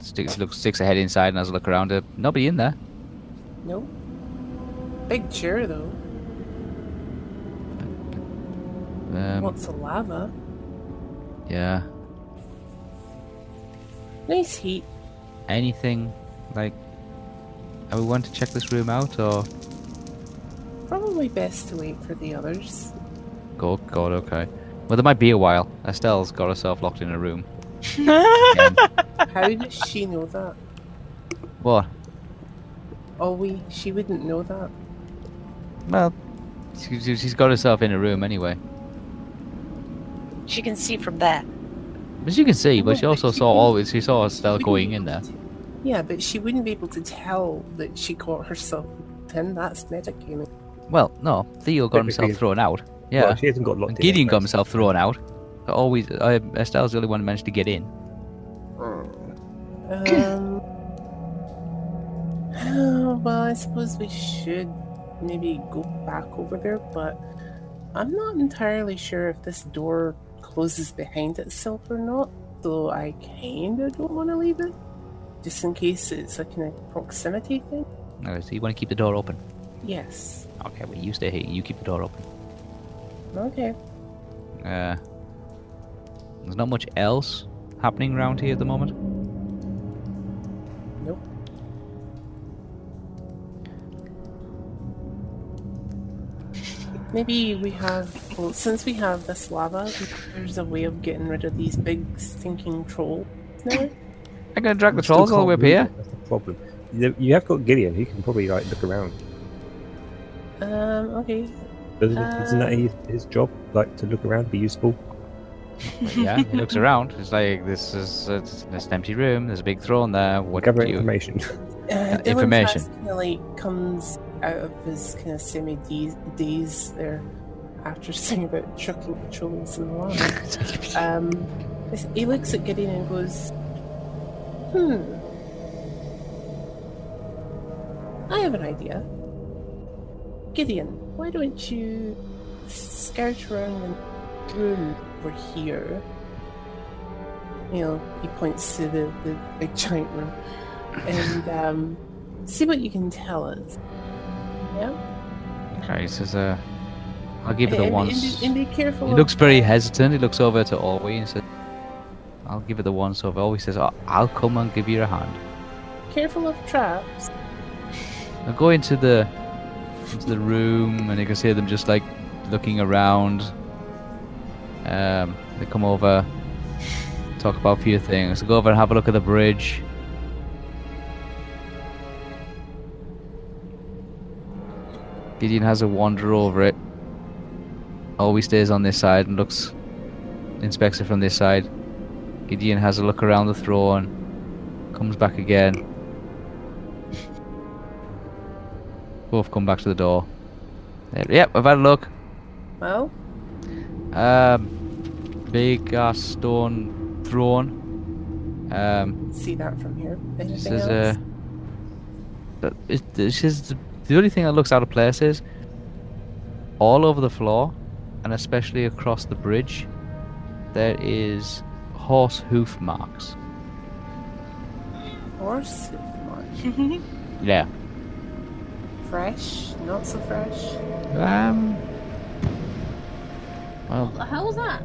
Sticks looks sticks a head inside and has a look around. Uh, nobody in there.
No. Big chair though.
Um,
Lots of lava.
yeah.
Nice heat.
Anything like? Are we want to check this room out or?
Probably best to wait for the others.
God, God, okay. Well, there might be a while. Estelle's got herself locked in a room.
Why
Um,
How does she know that?
what?
Oh, we. She wouldn't know that.
Well, she- she- she's got herself in a room anyway.
she can see from there.
As you can see, but she
Yeah,
also
she
saw
can-
all. She saw Estelle
Wouldn't
going
be
in
able
there.
to- Yeah, but she wouldn't be able to tell that she got herself in. That's metagaming.
Well, no, Theo got himself
Technically-
thrown out. Yeah,
Well, she hasn't got locked
and
in.
Gideon got
anyway, so-
himself thrown out. But always, I, Estelle's the only one who managed to get in.
Um, well, I suppose we should maybe go back over there, but I'm not entirely sure if this door closes behind itself or not, so I kind of don't want to leave it. Just in case it's a kind of proximity thing?
Okay, so you want to keep the door open?
Yes.
Okay, well you stay here. You keep the door open.
Okay.
Uh, there's not much else happening around here at the moment.
Nope. Maybe we have, well, since we have this lava, there's a way of getting rid of these big stinking trolls. No?
I'm gonna drag
We
the
still
trolls all the way up
can't move
here.
it, That's the problem. You- You have got Gideon. He can probably like look around.
Um, okay.
Doesn't, isn't that
Um,
his, his job? Like to look around, be useful.
yeah, he looks around. It's like this is it's, it's an empty room. There's a big throne there. What
gather
do you?
information.
Uh,
information.
Kind of like comes out of his kind of semi daze there after saying about chucking trolls in the lava. um, this- he looks at Gideon and goes, "Hmm, I have an idea. Gideon, why don't you scout around the room over here?" You know, he points to the, the big giant room and um, see what you can tell us.
Okay, this is a. uh, I'll give it
and,
the
and-
one.
and be- and be careful.
He
of-
looks very hesitant. He looks over to Olwe and says, I'll give it the once over. Olwe says, "I- I'll come and give you a hand.
Careful of traps.
I go into the into the room and you can see them just like looking around. Um, they come over, talk about a few things. They go over and have a look at the bridge. Gideon has a wander over it. Always stays on this side and looks, inspects it from this side. Gideon has a look around the throne, comes back again. Both come back to the door. There- Yep, I've had a look.
Well,
Um, big ass stone throne. Um,
see that from here.
this
Anything
is a.
else?
that- it- This is the only thing that looks out of place is all over the floor, and especially across the bridge, there is horse hoof marks.
Horse hoof mark.
Mm-hmm.
Yeah.
Fresh, not so fresh.
Um. Well,
What the hell was that?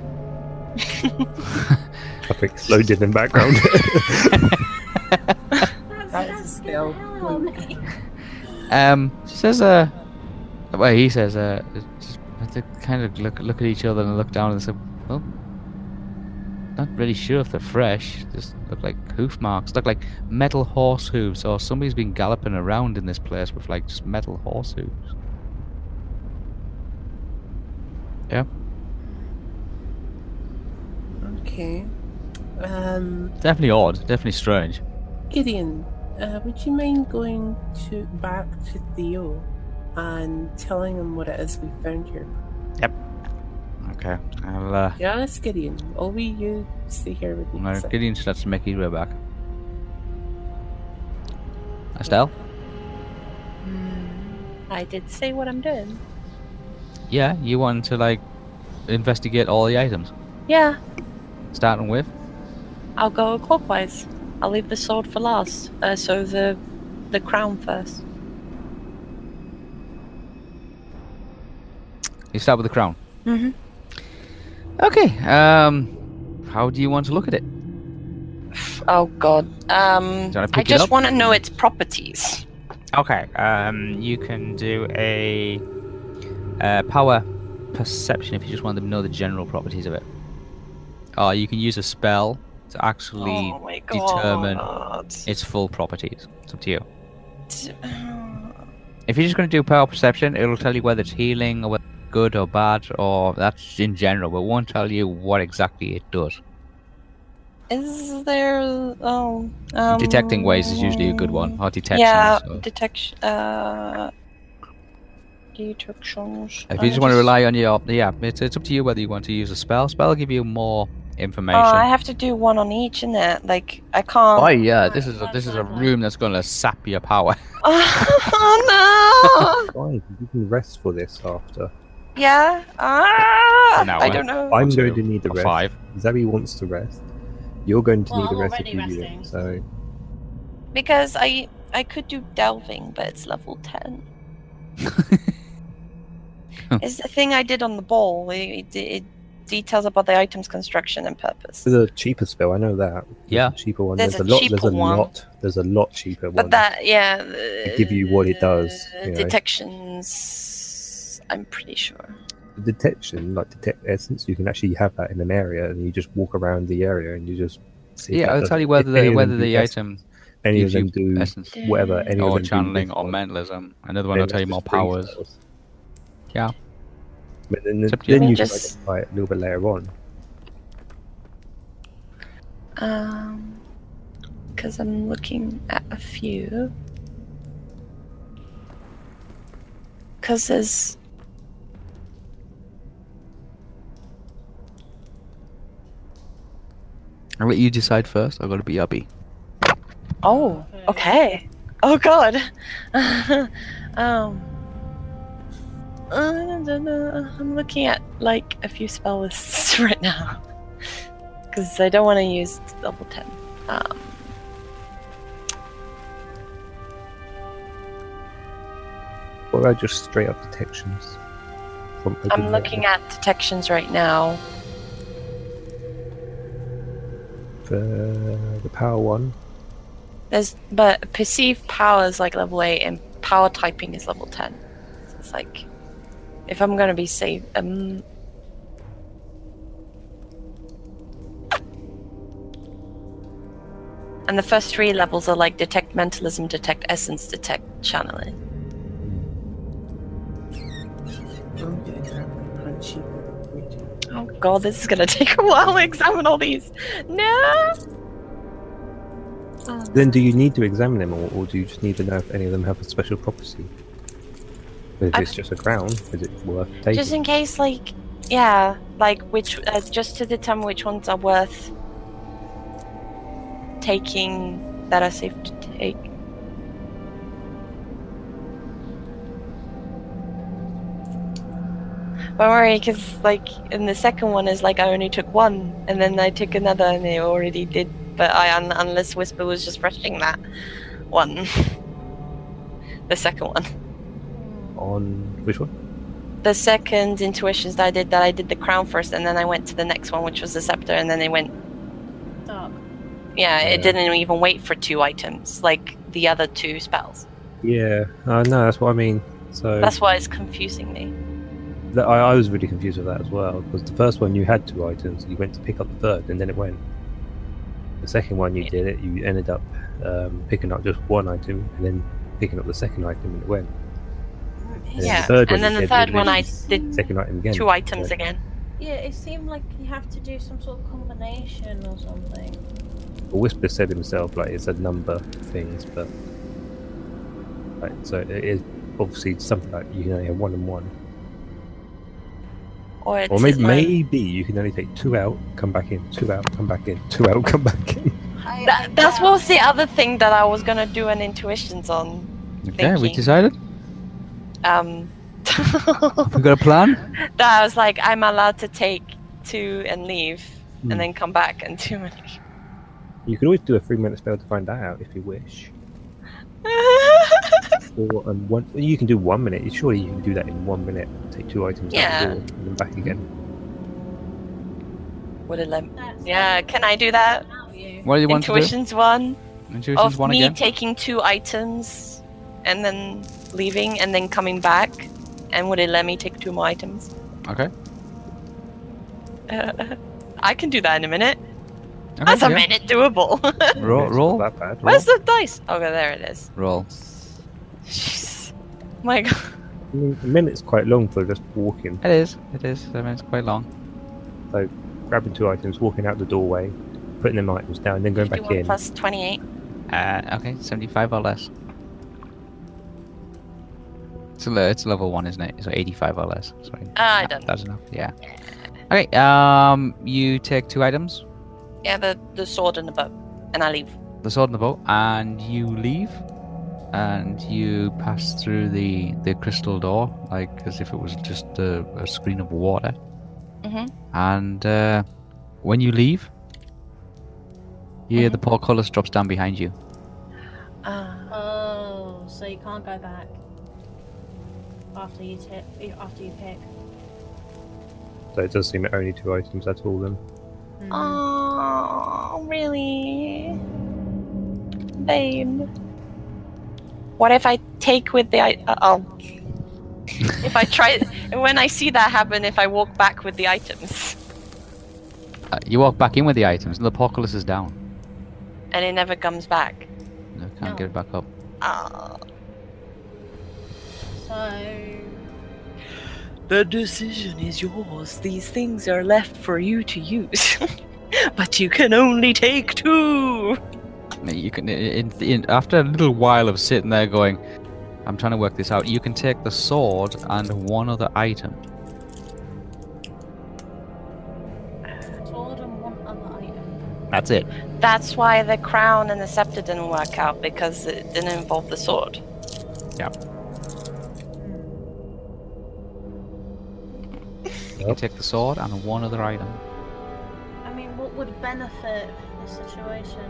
I've exploded in the background.
That's,
That
that
is a
scared the
spell.
hell out of me.
Um, she says, uh, well, he says, uh, just but they kind of look look at each other and look down and say, well, not really sure if they're fresh. Just look like hoof marks, look like metal horse hooves, or somebody's been galloping around in this place with like just metal horse hooves.
Okay. Um,
Definitely odd, definitely strange.
Gideon, uh, would you mind going to back to Theo and telling him what it is we found here?
Okay, I'll. Uh,
Yes, Gideon. All we you stay here with me.
no,
So-
Gideon starts to make his way back. Estelle?
I did say what I'm doing.
Yeah, you want to like investigate all the items,
Yeah,
starting with.
I'll go clockwise. I'll leave the sword for last. Uh, so the the crown first.
You start with the crown.
Mhm.
Okay. Um, how do you want to look at it?
Oh god. Um,
Do you wanna pick
I
it
just
up?
want to know its properties.
Okay, um, you can do a
Uh, power perception. If you just want to know the general properties of it. Oh, you can use a spell to actually
oh my
determine
god.
its full properties. It's up to you.
It's... uh,
If you're just going to do power perception, it'll tell you whether it's healing or whether it's good or bad, or that's in general, but it won't tell you what exactly it does.
Is there? Oh, um,
Detecting ways is usually a good one, or detection.
Yeah,
so.
detection. Uh, detections.
If
I
you just want to rely on your, yeah, it's, it's up to you whether you want to use a spell. Spell will give you more information.
Oh, I have to do one on each, isn't it? Like I can't.
Oh yeah, this is a,
Right,
this is a
right, right.
room that's gonna sap your power.
Oh
Fine, you can rest for this after.
no! yeah. Ah,
An hour.
I don't know.
I'm
Two
going to need a
or
rest.
five.
Zabby wants to rest. You're going to
Well,
need a
I'm
rest if
already
you do
resting.
it. So
Because I I could do delving, but it's level ten. it's the thing I did on the ball. It, it, it details about the item's construction and purpose.
there's a cheaper spell. I know that.
Yeah.
There's a cheaper one.
There's
There's, a,
a
lot.
cheaper
There's a
one.
lot. There's a lot cheaper one.
But that, yeah.
give you what it does,
uh,
you know.
Detections. I'm pretty sure.
The detection, like detect essence, you can actually have that in an area, and you just walk around the area, and you just see. if
Yeah,
that
I'll
does-
tell you
if
whether the,
any of them
whether
do
the
ess-
item
any of
gives
them
you
do
essence
whatever, any of
or
them do
channeling
this
or
one.
mentalism. Another one
Then
will
it's
tell you
just
more
free
powers.
spells.
Yeah.
But then, then,
up to you.
you
Just-
can identify it a little bit later on.
Um, because I'm looking at a few. Because there's.
I'll let you decide first. I've got to be uppy.
Oh, okay. Oh god. um. I don't know. I'm looking at like a few spell lists right now because I don't want to use level ten. Um,
What about just straight up detections? From
I'm looking at detections right now.
the, the power one.
There's but perceived power is like level eight, and power typing is level ten. So it's like, if I'm gonna be safe, um, and the first three levels are like detect mentalism, detect essence, detect channeling.
I'm gonna grab my punchy. Wait.
Oh god, this is gonna take a while to examine all these. No.
Then do you need to examine them all, or do you just need to know if any of them have a special property? If
I-
it's just a crown, is it worth taking?
Just in case, like, yeah, like which, uh, just to determine which ones are worth taking that are safe to take. Don't worry, because like in the second one is like I only took one, and then I took another, and they already did. But I un- unless Whisper was just rushing that one, the second one
On which one?
the second intuitions that I did that I did the crown first and then I went to the next one which was the scepter and then it went
Dark.
yeah, it
Yeah.
didn't even wait for two items like the other two spells.
Yeah, uh, no, that's what I mean. So
That's why it's confusing me.
th- I, I was really confused with that as well because the first one you had two items, you went to pick up the third, and then it went. The second one you did it, you ended up um, picking up just one item, and then picking up the second item, and it went.
Mm,
And
Yeah,
the third
and
one
then
you
the
did,
third
it
one I
was
did
second item again.
two items
So-
again.
Yeah, it seemed like you have to do some sort of combination or something.
Well, Whisper said himself, like it's a number of things, but like so it is obviously something like you can only have one and one,
Or, it's
or maybe
like-
maybe you can only take two out, come back in, two out, come back in, two out, come back in.
I,
That, that's what was the other thing that I was gonna do an intuitions on.
Okay, we
Thinking.
decided.
Um
We got a plan.
that I was like I'm allowed to take two and leave
Hmm.
and then come back and two and leave.
You can always do a three minute spell to find that out if you wish, or um, one you can do one minute. Surely you can do that in one minute. Take two items
Yeah.
out of the door and then back again.
with a limp.
That's
Yeah, can I do that?
Now you.
What do you want
Intuitions one
to do? Intuition's
of
one
me
again.
taking two items and then leaving and then coming back. And would it let me take two more items?
okay.
Uh, I can do that in a minute.
okay.
That's a
yeah.
minute doable.
Roll,
It's not
roll,
that bad.
Where's the dice? Okay, there it is.
roll.
Jeez. My god.
I mean, a minute's quite long for just walking,
It is. It is. I mean, it's quite long.
grabbing two items, walking out the doorway, putting them items down, then going back
51
in.
plus 28.
Uh, okay, seventy-five or less. It's a, le- it's level one, isn't it? So eighty-five or less. Sorry.
Uh, I don't know.
That's enough. Yeah. Okay. Um, you take two items,
Yeah, the, the sword and the bow. And I leave.
the sword and the bow, and you leave, and you pass through the the crystal door, like as if it was just a, a screen of water.
Mhm.
And uh, when you leave, you
Mm-hmm.
hear the portcullis drops down behind you.
Ah.
Uh,
Oh, so you can't go back after you tip after you pick.
So it does seem only two items at all then.
Hmm.
oh, really? Babe. What if I take with the. I- Uh, oh. if I try. When I see that happen, if I walk back with the items
Uh, you walk back in with the items, and the portcullis is down.
and it never comes back.
You can't
No.
get it back up.
Oh.
So
The decision is yours. These things are left for you to use. but you can only take two.
You can, in, in, after a little while of sitting there going, I'm trying to work this out. You can take the sword and one other item.
sword and one other item.
That's it.
That's why the crown and the scepter didn't work out because it didn't involve the sword.
You can take the sword and one other item.
I mean, what would benefit the situation?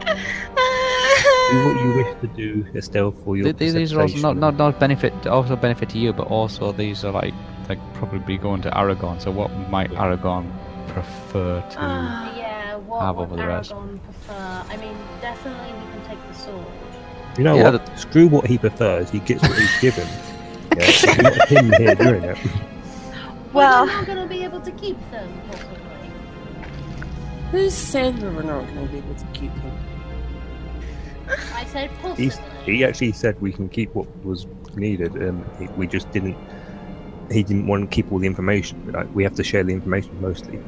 Do what you wish to do, Estelle, for your
Th- th- these are also not,
precipitation.
not not benefit also benefit to you, but also these are like like probably going to Aragon. So what might Aragon prefer to?
Ah.
yeah, what
Have
would
over the rest.
Aragorn prefer? I mean, definitely we can take the sword.
You know
Yeah,
what? Screw what he prefers. He gets what he's given. Yeah, it's not him here doing it.
Well-
we're not going to be able to keep them. Possibly.
Who said we were not going to be able to keep them?
I said possibly.
He's, he actually said we can keep what was needed, and he, we just didn't. He didn't want to keep all the information. Like we have to share the information mostly.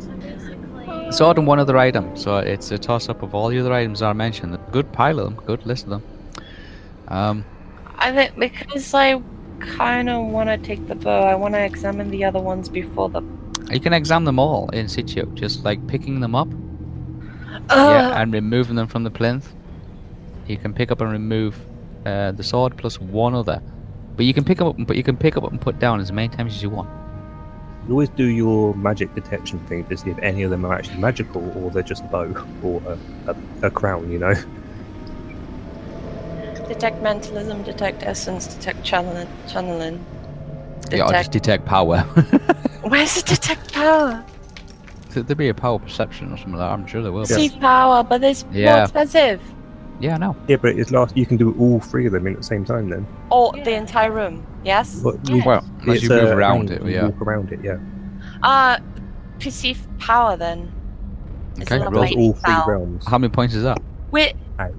So basically,
The sword and one other item. So it's a toss up of all the other items I mentioned. Good pile of them. Good list of them. Um,
I think because I kind of want to take the bow, I want to examine the other ones before the.
you can examine them all in situ, just like picking them up
Ah. Oh,
yeah, and removing them from the plinth. You can pick up and remove uh, the sword plus one other, but you can pick 'em up, and put you can pick up and put down as many times as you want.
You always do your magic detection thing to see if any of them are actually magical or they're just a bow or a, a, a crown. You know,
Detect mentalism, detect essence, detect channeling. channeling
Yeah, or
detect-
just detect power.
Where's the detect power?
Th- There'd be a power perception or something like that. I'm sure there will.
See
Be.
power, but it's more
Yeah.
expensive.
Yeah, I know.
yeah, but it's last. You can do all three of them in at the same time. Then,
Or the
Yeah.
entire room, yes?
but
Yes.
Well, as you
it's,
move
uh,
around
you
it, yeah.
walk around it, yeah.
Uh, perceive power then. It's
Okay,
a
roll.
Across
lovely
all three
spell.
realms. uh,
How many points is that?
Wait.
Right.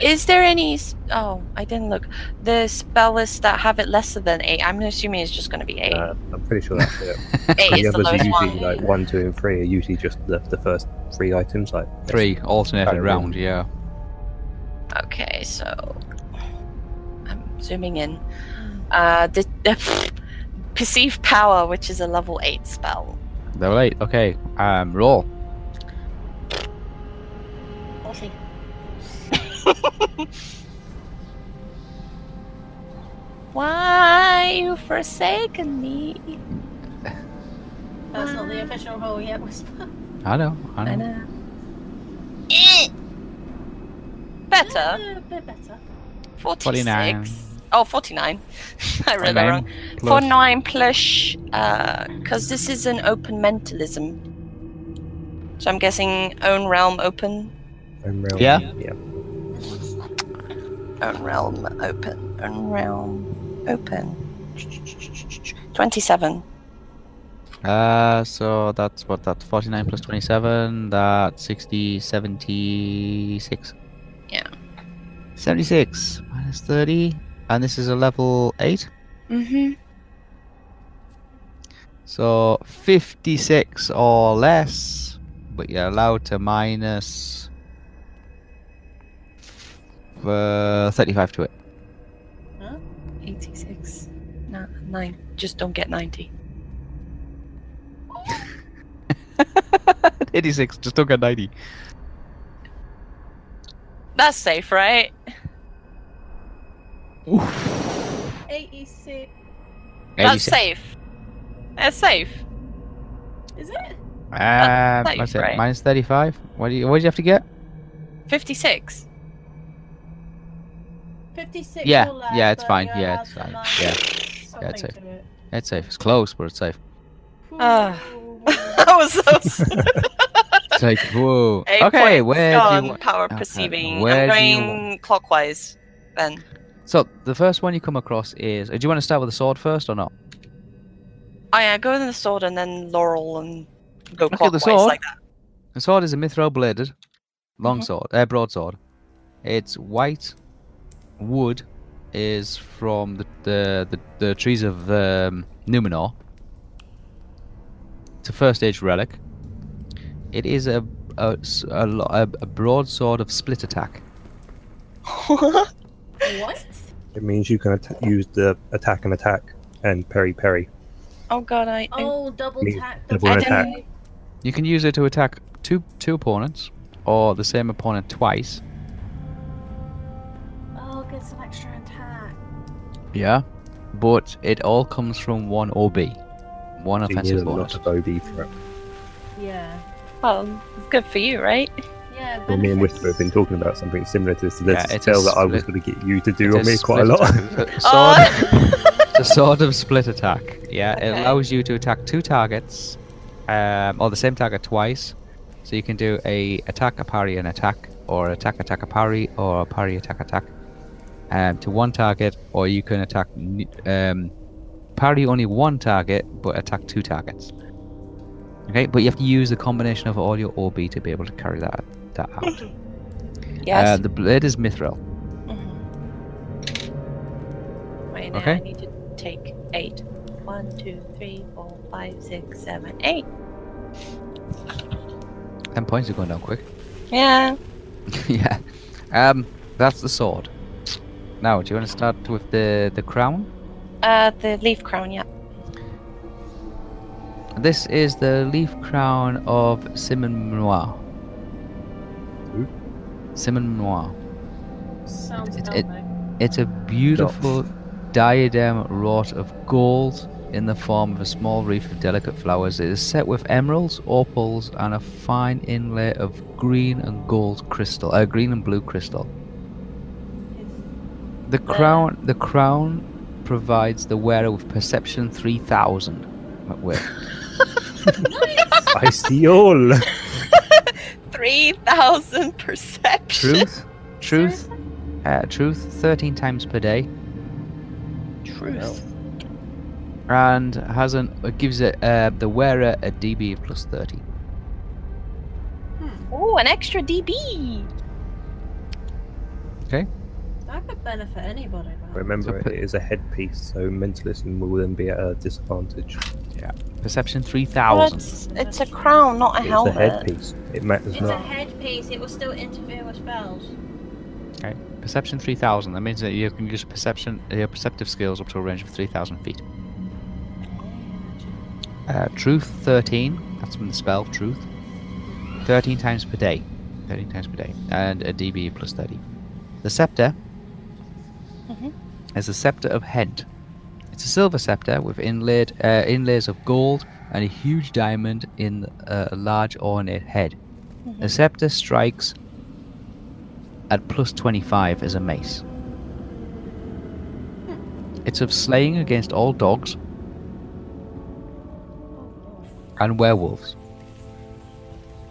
Is there any. s- Oh, I didn't look. The spell lists that have it lesser than 8. I'm assuming it's just going to be 8.
Uh, I'm pretty sure that's it.
8
the
is the
others are
lowest
usually
one.
like one, two, and three are usually just the, the first three items. Like
Three alternating
Kinda roll.
round. Yeah.
Okay, so. I'm zooming in. Uh, de- perceive power, which is a level 8 spell.
They're late. Okay. Um, roll.
we'll see.
Why you forsaken me?
That's not the official rule yet. Whisper.
I know. I know.
I know. Better.
A bit better.
46.
49.
Oh, 49. I read that
Nine
wrong.
plus-
49 plus, because this is an open mentalism. So I'm guessing own realm open.
Own realm.
Yeah.
Yeah.
Own realm open. Own realm open. 27.
Uh, so that's what that's 49 plus 27, that's 60, 76.
Yeah.
76 minus 30, and this is a level 8,
Mm-hmm.
so 56 or less, but you're allowed to minus uh, 35 to it.
86. No, 9. Just don't get 90.
86, just don't get 90.
That's safe, right?
86.
That's
86.
safe. That's safe.
Is it?
Um,
safe,
That's Ah, it,
right?
minus 35. What do you, what do you have to get?
56.
56
Yeah,
or less,
yeah, it's
but
fine,
you're
yeah,
allowed
it's
to
fine,
minus
yeah.
something
it's safe.
to it.
It's safe. It's close, but it's safe.
Ah.
Ooh.
That was so
It's like, whoa.
Eight
okay,
points
where do
gone,
you want...
power
okay,
perceiving.
where
I'm
do you
going clockwise. Then
So, the first one you come across is... Do you want to start with the sword first or not?
I Oh, yeah, go in the sword and then laurel and go
the
clockwise
sword.
like that.
The sword is a mithril bladed long
Mhm.
sword, uh, broadsword. It's white. Wood is from the the, the, the trees of um, Numenor. It's a first age relic. It is a a, s- a, lo- a- a broadsword of split attack.
What?
It means you can atta use the attack and attack and parry parry.
oh god, I
Oh, double
Me-
tap.
double
tap.
attack.
You can use it to attack two two opponents or the same opponent twice.
Oh, gets an extra attack.
Yeah, but it all comes from one OB, one
So you need
offensive
a lot
bonus.
of OD for it.
Yeah.
well, good for you, right?
Yeah.
Well, me and
benefits.
Whisper have been talking about something similar to this. So
Yeah,
there's a
it's a
spell that I was
split-
going to get you to do
It
on me
is
quite a
split
lot.
attack. It's a sword, it's a sword
Oh,
of split attack. Yeah, it
Okay.
allows you to attack two targets, um, or the same target twice. So you can do a attack, a parry, an attack, or attack, attack, a parry, or a parry, attack, attack, um, to one target, or you can attack, n- um, parry only one target, but attack two targets. Okay, but you have to use the combination of all your OB to be able to carry that that out. Uh,
yes.
the blade is mithril.
Wait, now
okay.
I need to take eight. One, two, three, four, five, six, seven, eight.
Ten points are going down quick.
Yeah.
yeah. Um, that's the sword. Now, do you want to start with the the crown?
Uh, the leaf crown. Yeah.
This is the leaf crown of Simon Noir.
Who?
Simon Noir.
Sounds
It-
it,
it- It's a beautiful diadem wrought of gold in the form of a small wreath of delicate flowers. It is set with emeralds, opals, and a fine inlay of green and gold crystal, uh, green and blue crystal. The crown, the crown, provides the wearer with perception three thousand. With
I see all.
Three thousand perception.
truth, truth, uh, truth, thirteen times per day,
Truth.
and has an it gives it, uh, the wearer a DB of plus thirty.
Oh, an extra DB.
That could benefit anybody. Right?
Remember,
So-
it is a headpiece, so mentalism will then be at a disadvantage.
Perception three
Well,
thousand.
it's, it's a crown, not a
It's a
helmet.
headpiece. It matters
It's a
not.
headpiece. It will still interfere with spells.
Okay, perception three thousand. That means that you can use perception, uh, your perceptive skills up to a range of three thousand feet. Uh, truth 13. That's from the spell, truth. 13 times per day. 13 times per day. And a DB plus 30. The scepter
Mhm.
is the scepter of Hent. It's a silver scepter with inlaid uh, inlays of gold and a huge diamond in uh, a large ornate head. The scepter strikes at plus 25 as a mace.
Hmm.
It's of slaying against all dogs and werewolves.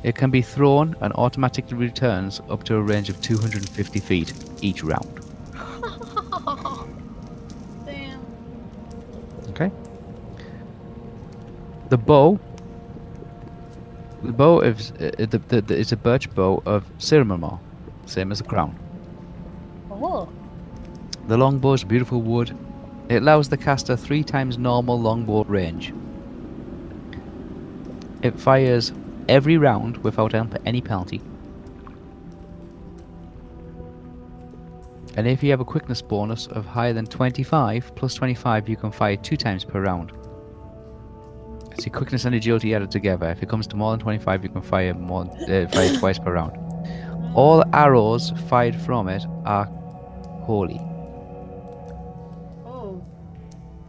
It can be thrown and automatically returns up to a range of 250 feet each round.
Damn.
Okay. The bow. The bow is uh, uh, the, the, the, it's a birch bow of Sirimamar, same as the crown.
Oh.
The longbow is beautiful wood. It allows the caster three times normal longbow range. It fires every round without em- any penalty. And if you have a quickness bonus of higher than 25, plus 25, you can fire two times per round. See, quickness and agility added together. If it comes to more than 25, you can fire more, uh, fire twice per round. All arrows fired from it are holy.
Oh,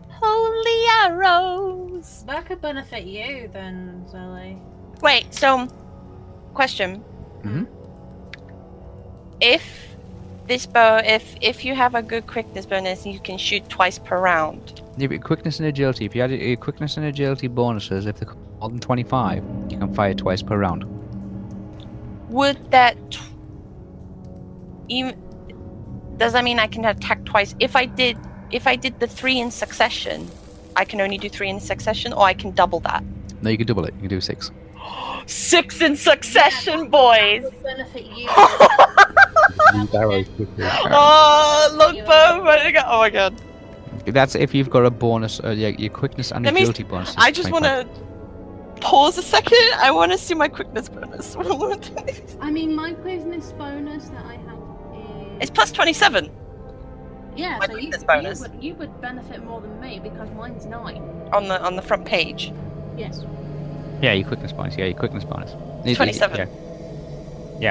Holy arrows!
that could benefit you then, Zoe.
Wait, so, question.
Mhm.
If this bow, if if you have a good quickness bonus, you can shoot twice per round.
Yeah, but quickness and agility. If you add your quickness and agility bonuses, if they're more than 25, you can fire twice per round.
Would that t- even does that mean I can attack twice? If I did, if I did the three in succession, I can only do three in succession, or I can double that.
No, you can double it. You can do six.
Six in
Yeah,
succession,
that
boys!
would benefit you.
You barrow quickly.
Oh, longbow! where did it go? Oh my god!
That's if you've got a bonus, uh, your, your quickness and
Let me-
agility bonus.
I just want to pause a second. I want to see my quickness bonus.
I mean, my quickness bonus that I have
it's
is.
plus 27.
yeah,
my
so you,
quickness
you
bonus.
would, you would benefit more than me because mine's nine.
on the on the front page.
Yes.
Yeah, your quickness bonus. Yeah, your quickness bonus. It- it-
27.
yeah.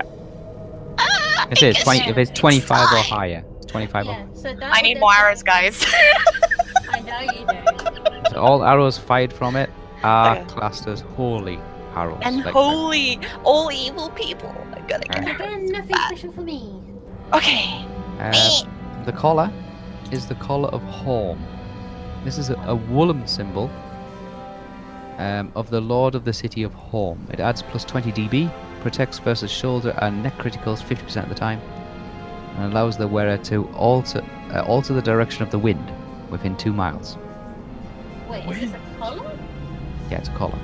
Ah,
It says
because
20, if it's 25 or
fine.
higher. It's 25 or
Yeah, so that
I
would
need
definitely-
more arrows, guys.
I know you do.
so all arrows fired from it are
Okay.
classed as holy arrows.
and
like-
holy, all evil people Oh are gonna get
Alright.
arrows.
nothing special for me.
Okay.
Uh, the collar is the collar of Horm. This is a, a woolen symbol um, of the Lord of the City of Horm. It adds plus 20 dB, protects versus shoulder and neck criticals 50% of the time, and allows the wearer to alter uh, alter the direction of the wind within two miles.
Wait, is this a collar?
Yeah, it's a collar.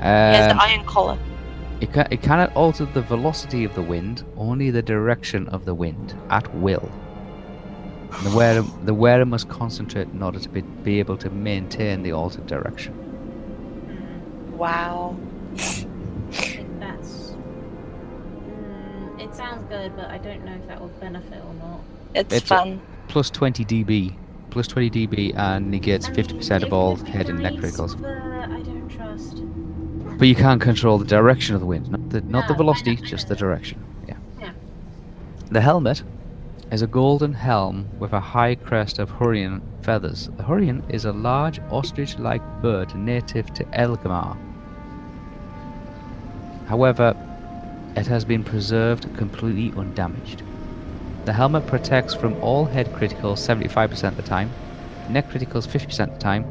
There's
Um,
the iron collar.
it, ca- it cannot alter the velocity of the wind, only the direction of the wind at will. And the wearer, the wearer must concentrate in order to be, be able to maintain the altered direction.
Wow.
I think that's. Mm, it sounds good, but I don't know if that would benefit or not.
It's,
It's a-
fun.
Plus 20 dB, plus 20 dB, and negates
I mean,
50%
it
of all
would be
head and neck
nice,
criticals.
but I don't trust.
But you can't control the direction of the wind, not the, not the
No, I
velocity,
know, I
just
know
the direction. Yeah.
Yeah.
The helmet is a golden helm with a high crest of hurrian feathers. The hurrian is a large ostrich-like bird native to Elgamar. However, it has been preserved completely undamaged. The helmet protects from all head criticals 75% of the time, neck criticals 50% of the time,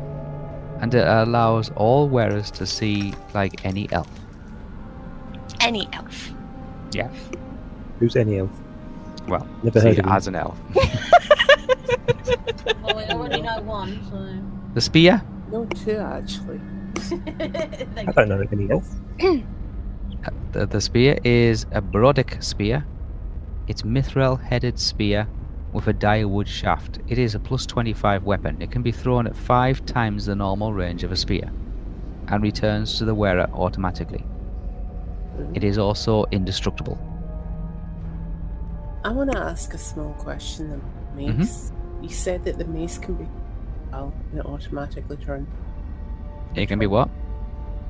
and it allows all wearers to see like any elf.
Any elf.
Yeah.
Who's any elf?
Well,
Never
see
heard
it
of him.
as an elf.
Well, we already know one,
The spear
No, two actually.
so. Thank
I don't know any elf.
The, the spear is a Brodic spear. It's mithril headed spear with a dire wood shaft. It is a plus 25 weapon. It can be thrown at five times the normal range of a spear and returns to the wearer automatically. It is also indestructible.
I want to ask a small question. The mace. You said that the mace can be. Oh, and it automatically turns.
It can be what?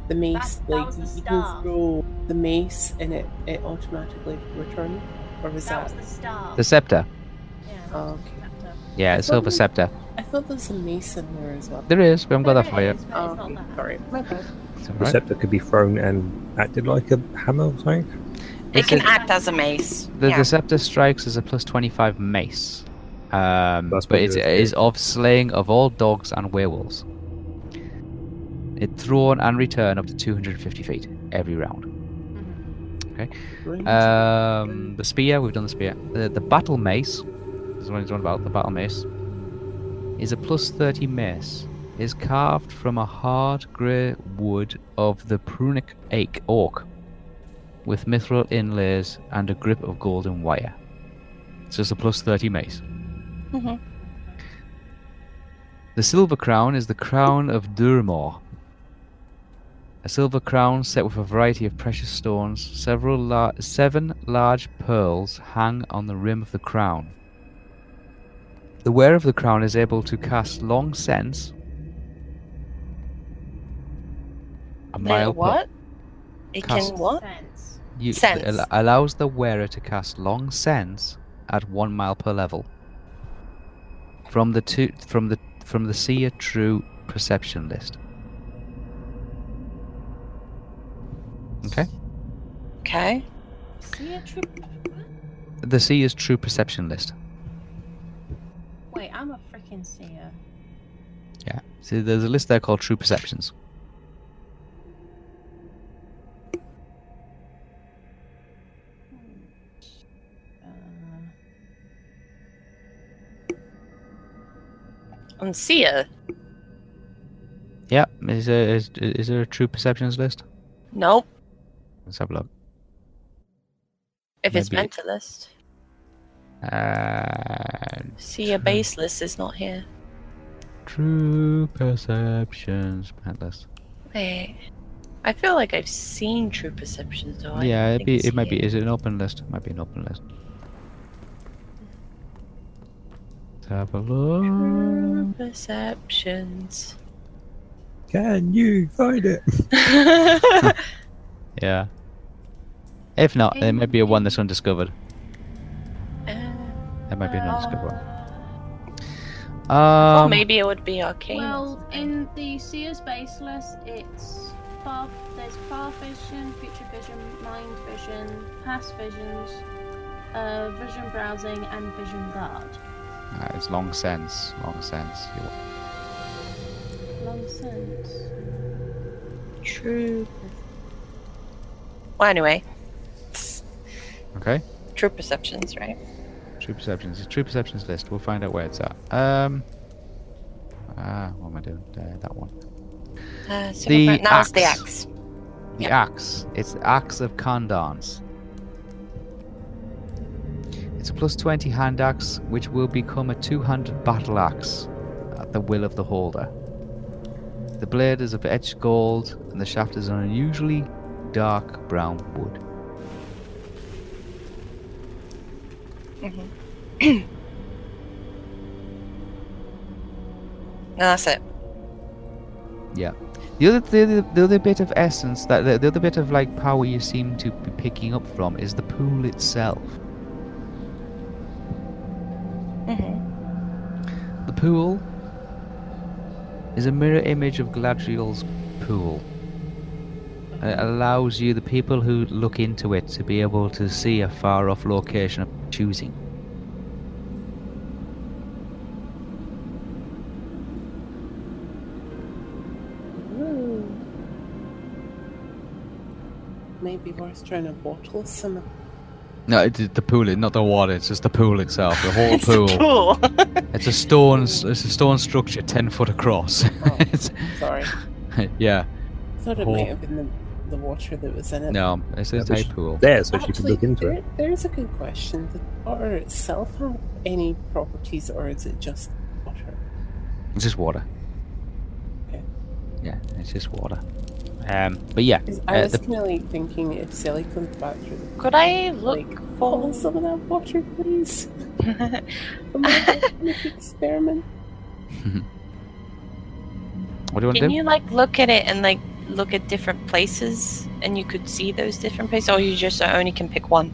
The mace,
that
like
was the
you
staff.
can throw the mace, and it it automatically returns. Or was
That
that?
was the star.
The scepter.
Yeah.
Oh, okay.
Chapter.
Yeah, a silver scepter.
I thought there was a mace in there as well.
There is, we haven't got that for
There
you.
it is, but
Oh,
it's not
okay,
that.
sorry, my bad.
It's
The
alright.
scepter could be thrown and acted like a hammer or something.
It
It's
can
a-
act as a mace.
The,
yeah.
the scepter strikes as a plus 25 mace. Um,
That's
but
what
it
it is.
is of slaying of all dogs and werewolves. It thrown and return up to 250 feet every round.
Mhm.
Right.
Um, the spear, we've done the spear. The, the battle mace, this is what he's on about, the battle mace, is a plus 30 mace. Is carved from a hard grey wood of the prunic ache orc, with mithril inlays and a grip of golden wire. So it's a plus 30 mace.
Mhm.
The silver crown is the crown of Durmor, a silver crown set with a variety of precious stones. Several lar- seven large pearls hang on the rim of the crown. The wearer of the crown is able to cast long sense. A
They-
mile per-
what? It
Cast-
can what?
Sense.
you- it
Sense.
al- allows the wearer to cast long sense at one mile per level. From the two, from the from the seer true perception list. Okay.
Okay.
See a trip.
The seer's true perception list.
Wait, I'm a freaking seer.
Yeah. See, there's a list there called true perceptions.
Uh,
On seer?
Yeah. Is there is, is there a true perceptions list?
Nope.
Let's have a look.
If it's
Maybe-
mentalist,
Uh,
seer baseless is not here.
true perceptions plant list.
Wait. I feel like I've seen true perceptions though. I
yeah,
don't
it
think
be
it's
it might be.
here.
Is it an open list? It might be an open list. Let's have a look.
Perceptions.
Can you find it?
Yeah. If not, it might be a one that's undiscovered.
Uh,
It might be an undiscovered one.
or
Um,
Oh, maybe it would be arcane. or
Well,
something.
in the Seer's Baseless, it's far, there's far vision, future vision, mind vision, past visions, uh, vision browsing, and vision guard.
uh, it's long sense. Long sense. You
Long since.
True. Well, anyway,
Okay.
true perceptions, right?
True perceptions. It's true perceptions list. We'll find out where it's at. Um. Ah, what am I doing? Uh, that one.
Uh, so
The
right now it's the
axe.
axe.
The
Yep.
axe. It's the axe of Kandans. It's a plus 20 hand axe, which will become a two-handed battle axe at the will of the holder. The blade is of etched gold, and the shaft is an unusually dark brown wood.
No, that's it.
Yeah. The other, the other, the other bit of essence that the, the other bit of like power you seem to be picking up from is the pool itself.
Mm-hmm.
The pool is a mirror image of Gladriel's pool. And it allows you, the people who look into it, to be able to see a far off location of choosing.
Might be worth trying to bottle some.
No, it, the pool, not the water, it's just the pool itself, the whole
It's the pool.
It's a stone, it's a stone structure 10 foot across.
Oh, sorry.
yeah,
Thought it
Oh.
might have been the, the water that was in it.
no, it's a
Yeah, we
tight
should-
pool.
There, so she can look into
there,
it.
there's a good question. Does water itself have any properties, or is it just water?
It's just water.
Okay.
Yeah, it's just water. Um, but yeah,
'Cause I
Uh,
was
the-
kind of like thinking if Sally comes back through the
Could I look
bottle
for?
some of that water, please. For my genetic experiment.
what do you want to
Can
do?
you like look at it and like look at different places, and you could see those different places, or you just only can pick one?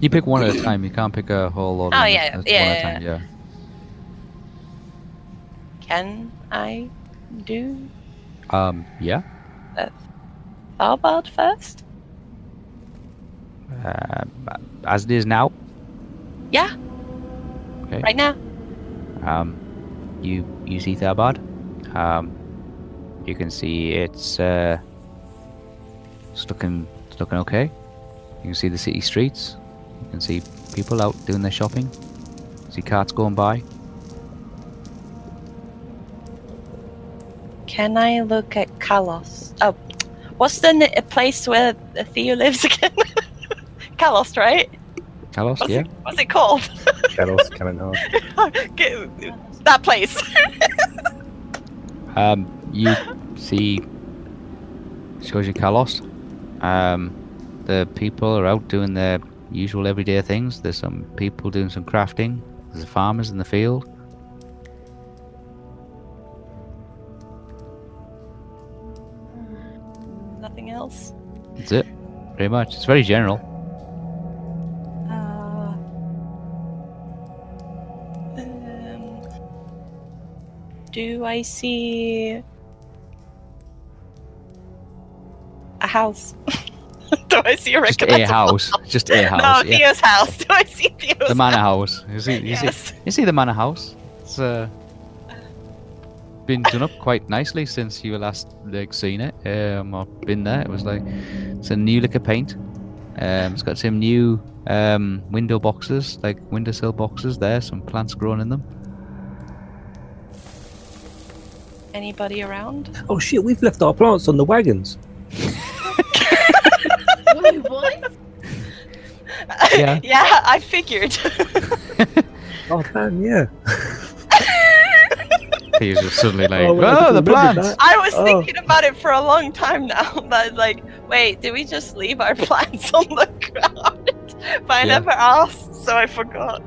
You pick one at a time. You can't pick a whole lot. of
Oh,
them,
yeah,
it's
yeah,
one at a
yeah,
time. Yeah.
Can I do
Um. Yeah.
Tharbard uh, first?
Um, as it is now.
Yeah.
Okay.
right now.
Um, you you see Tharbad. Um, you can see it's uh, it's looking it's looking okay. You can see the city streets. You can see people out doing their shopping. See carts going by.
Can I look at Kalos? Oh, what's the n- place where Theo lives again? Kalos, right?
Kalos,
What's,
yeah.
it, what's it called?
Kalos, Kalinhar.
Get- that place.
Um, you see, shows you Kalos. Um, the people are out doing their usual everyday things. There's some people doing some crafting. There's farmers in the field.
Nothing else.
That's it, pretty much. It's very general.
Uh, um, do I see a house? do I see a
Just a
recognizable
house. Just a
No,
house. yeah.
Theo's house. Do I see Theo's
The manor house. You see, you,
Yes.
see, you see the manor house. It's uh, been done up quite nicely since you were last like seen it. Um, or been there. It was like it's a new lick of paint. Um, it's got some new um window boxes, like windowsill boxes. There, some plants growing in them.
Anybody around?
Oh shit, we've left our plants on the wagons.
Wait, what?
Yeah.
yeah, I figured.
Oh damn, yeah.
He was just suddenly like,
Oh,
oh,
well, I
the
didn't remember
plants.
I was
Oh.
thinking about it for a long time now, but like, wait, did we just leave our plants on the ground? but I
Yeah.
never asked, so I forgot.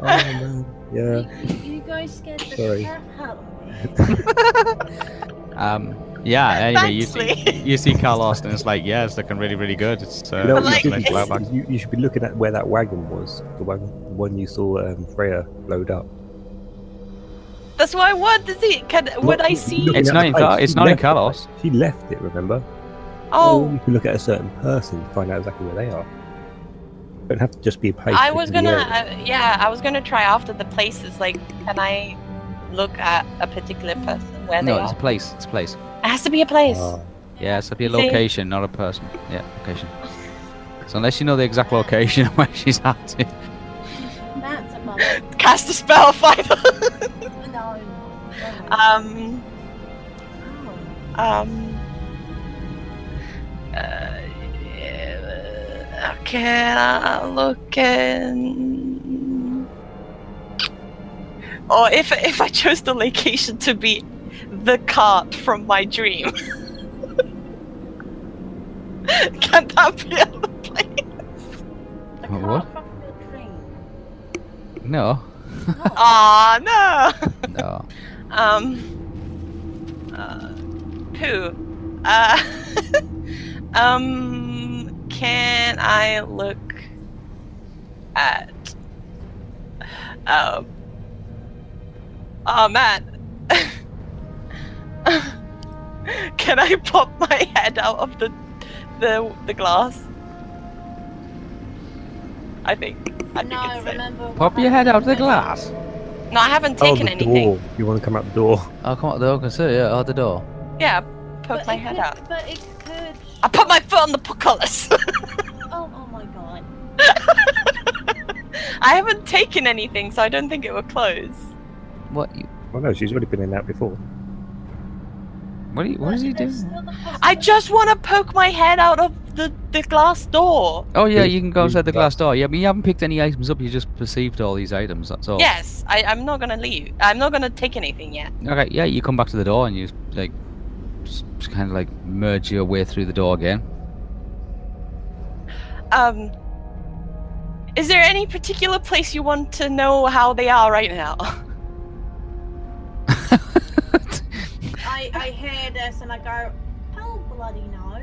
Oh man. Yeah.
You guys scared the
Sorry.
crap out of me.
Um, yeah. Anyway, you
Thanks,
see, you see Carl Austin. It's like, yeah, it's looking really, really good. It's uh,
You know what
like
you, should
like
be-
it's-
Blauback.
you- you should be looking at where that wagon was. The wagon the one you saw um, Freya load up.
That's why I want to see. Can, would I
Look-
see?
looking
It's
at
not
the
in
place.
Car- it's
She
not in
left it.
Carlos.
She left it, remember? Or
Oh,
you can look at a certain person to find out exactly where they are. Don't have to just be a place.
I was
in the
gonna.
area.
Uh, yeah, I was gonna try after the places. Like, can I look at a particular person where
No,
they
it's Oh. a
are?
place. It's a place.
It has to be a place.
Ah,
Yeah, it's up your
You see?
location, not a person. Yeah, location. So unless you know the exact location of where she's at,
That's a mother.
Cast a spell, fiver.
No.
Um. Um. Uh, okay, uh, look. um, Or Oh, if if I chose the location to be the cart from my dream, can that be? A-
The
What?
car from the dream.
no,
No.
Aw, Ah, no.
no.
Um. Uh, poo. Uh, um. Can I look at? Um. Oh man. can I pop my head out of the the the glass? I think. I think
no,
it's it.
remember. what
Pop your head out of the
happened.
glass.
No, I haven't
oh,
taken
the
anything.
door. You want to come out the door?
Oh, come out the door, consider yeah, out the door.
Yeah, poke
But
my
it
head
could-
out.
But it could.
I put my foot on the portcullis.
Oh, oh my god.
I haven't taken anything, so I don't think it will close.
What? You,
Oh no, she's already been in that before.
what? Are you, what is he
There's
doing?
still the
I
possibility-
just want to poke my head out of the, the glass door.
Oh yeah,
He-
you can go
he-
outside the glass door. Yeah, but you haven't picked any items up. You just perceived all these items. That's all.
Yes, I, I'm not gonna leave. I'm not gonna take anything yet.
Okay. Yeah, you come back to the door and you like, just, kind of like merge your way through the door again.
Um, is there any particular place you want to know how they are right now?
I, I hear this and I go, hell bloody no.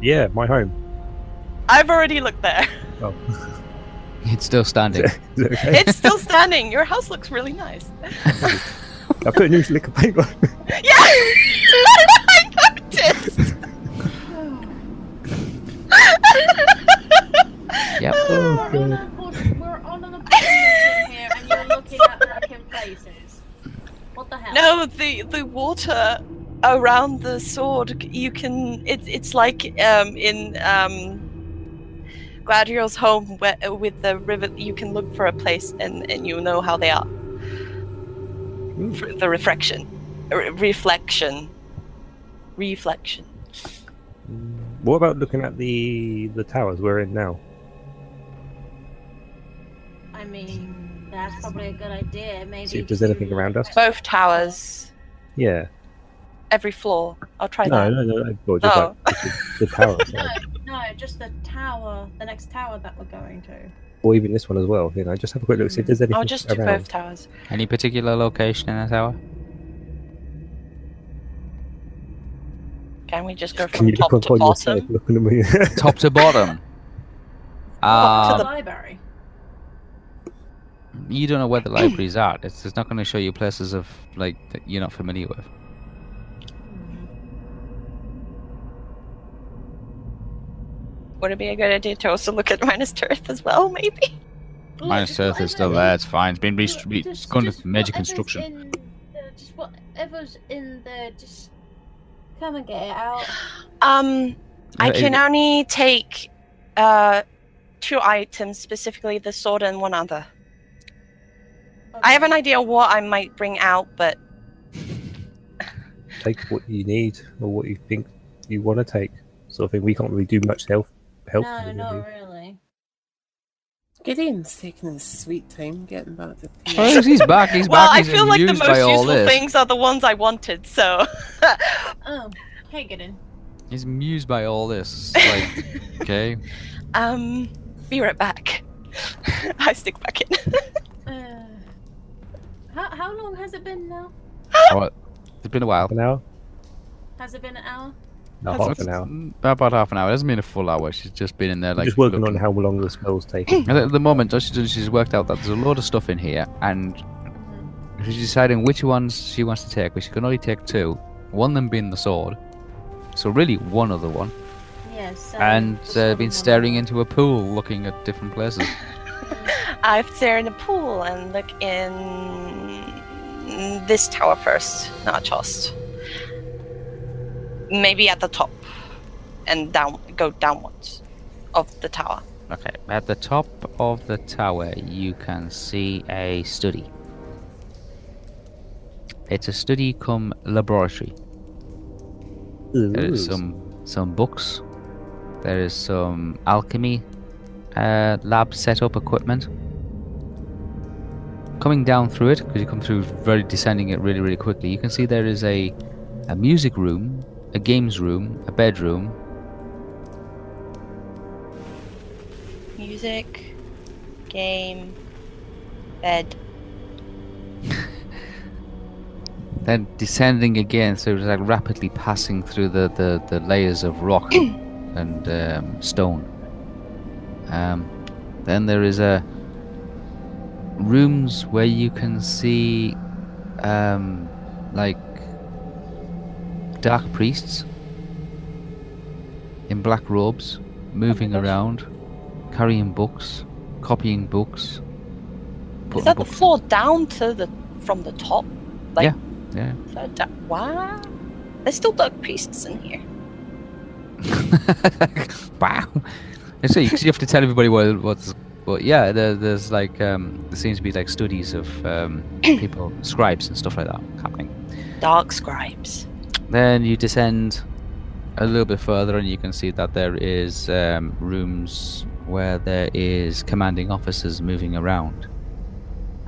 Yeah, my home.
I've already looked there.
Oh,
it's still standing.
is it okay?
It's still standing. Your house looks really nice.
I put a new lick of paint on.
Yeah, I noticed.
yep. Oh,
We're on a bullshit- we're on an abortion here places. What the hell?
No, the the water around the sword. c- You can. It's it's like um, in um, Gladriel's home where, uh, with the river. You can look for a place and and you know how they are. For
Mm.
the refraction, re- reflection, reflection.
What about looking at the the towers we're in now?
I mean, that's probably a good idea. Maybe.
See if there's anything around us.
Both towers,
Yeah.
every floor. I'll try
No,
that.
no, no. no, well, just
Oh.
like the, the tower,
No,
side.
no, just the tower, the next tower that we're going to.
or even this one as well. You know, just have a quick look. See if there's anything
I'll just do
around.
both towers.
Any particular location in the tower?
Can we just go
Can
from
you
top
look
to
on yourself?
bottom?
Look on the moon.
Top to bottom.
Up to
Um,
the library.
you don't know where the libraries are. It's, it's not going to show you places of like that you're not familiar with.
Would it be a good idea to also look at minus Earth as well, maybe?
Look,
Minus
just
Earth is still
whatever
there.
is-
It's fine. It's been
look,
rest- re- it's
just-
gone
just
to major
whatever's
construction.
in the- Just whatever's in there, just come and get it out.
Um, I
Uh,
can
it-
only take uh, two items, specifically the sword and one other. I have an idea what I might bring out, but
take what you need or what you think you want to take. Sort of thing. We can't really do much help. Help.
No,
with
not
you.
really.
Gideon's taking his sweet time getting back to the
Oh, he's back. He's
well,
back.
I
He's
feel like the
amused
most
by all
useful
this.
things are the ones I wanted. So,
Oh, hey, get in.
He's amused by all this. It's Like, okay,
um, be right back. I stick back in.
Uh, how how long has it been now?
Alright, it's been a while.
Half an hour.
Has it been an hour?
No, half an hour.
Mm, About half an hour. It doesn't mean a full hour. She's just been in there, like
just working
looking.
on how long the spell's taking.
And at the moment, all she's done is she's worked out that there's a load of stuff in here, and she's deciding which ones she wants to take. But she can only take two. One of them being the sword. So really, one other one.
Yes.
And uh, been staring into a pool, looking at different places.
I've there in the pool and look in this tower first, not just. Maybe at the top and down go downwards of the tower.
okay, at the top of the tower, you can see a study. It's a study cum laboratory. There is some some books. There is some alchemy uh, lab setup equipment. Coming down through it, because you come through very descending it really really quickly. You can see there is a a music room, a games room, a bedroom.
Music, game, bed.
Then descending again, so it was like rapidly passing through the the, the layers of rock and um, stone. Um, then there is a rooms where you can see um, like dark priests in black robes moving
Oh gosh.
around, carrying books, copying books.
Is
putting
that the
books-
floor down to the from the top? Like
Yeah.
third da- wow. There's still dark priests in here.
wow. And so you, 'cause you have to tell everybody what what's what. Yeah, there, there's like um, there seems to be like studies of um, people, scribes and stuff like that happening.
Dark scribes.
Then you descend a little bit further, and you can see that there is um, rooms where there is commanding officers moving around.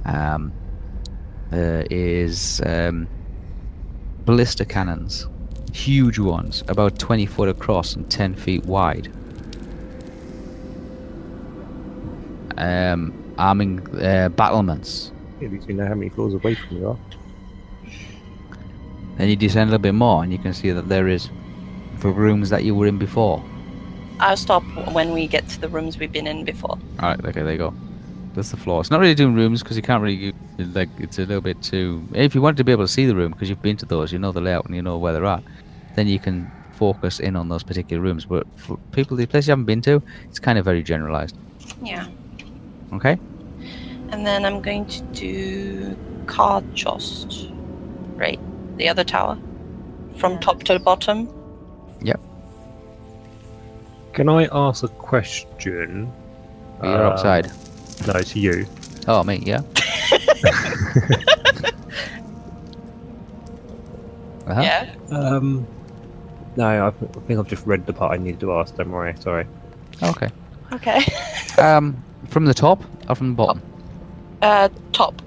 Um, there is um, ballista cannons, huge ones, about 20 foot across and 10 feet wide. Um, arming uh, battlements.
At least you know how many floors away from you are.
Then you descend a little bit more, and you can see that there is the rooms that you were in before.
I'll stop when we get to the rooms we've been in before.
All right, okay, there you go. That's the floor. It's not really doing rooms because you can't really go- like. It's a little bit too. If you want to be able to see the room because you've been to those, you know the layout and you know where they're at, then you can focus in on those particular rooms. But for people, the place you haven't been to, it's kind of very generalized.
Yeah.
Okay.
And then I'm going to do card chest, right? The other tower, from
Yeah.
top to bottom.
Can I ask a question?
You're
Uh,
outside.
No, to you.
Oh, me, yeah. uh-huh.
Yeah.
Um, no, I've, I think I've just read the part I needed to ask. Don't worry. Sorry.
Okay.
Okay.
Um, from the top or from the bottom?
Uh, top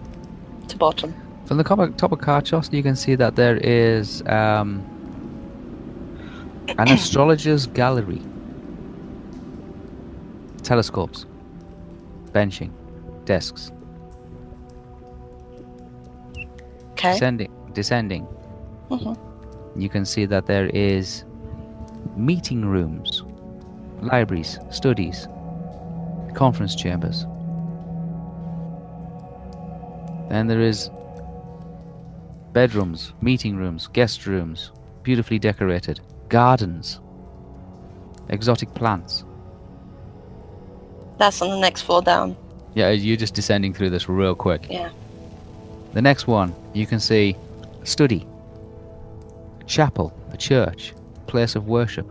to bottom.
From the top of, top of Karchos, you can see that there is um, an astrologer's gallery. Telescopes, benching, desks,
Okay.
descending, descending.
Mhm.
You can see that there is meeting rooms, libraries, studies, conference chambers. Then there is bedrooms, meeting rooms, guest rooms, beautifully decorated, gardens, exotic plants.
That's on the next floor down.
Yeah, you're just descending through this real quick.
Yeah.
The next one, you can see study, chapel, a church, place of worship,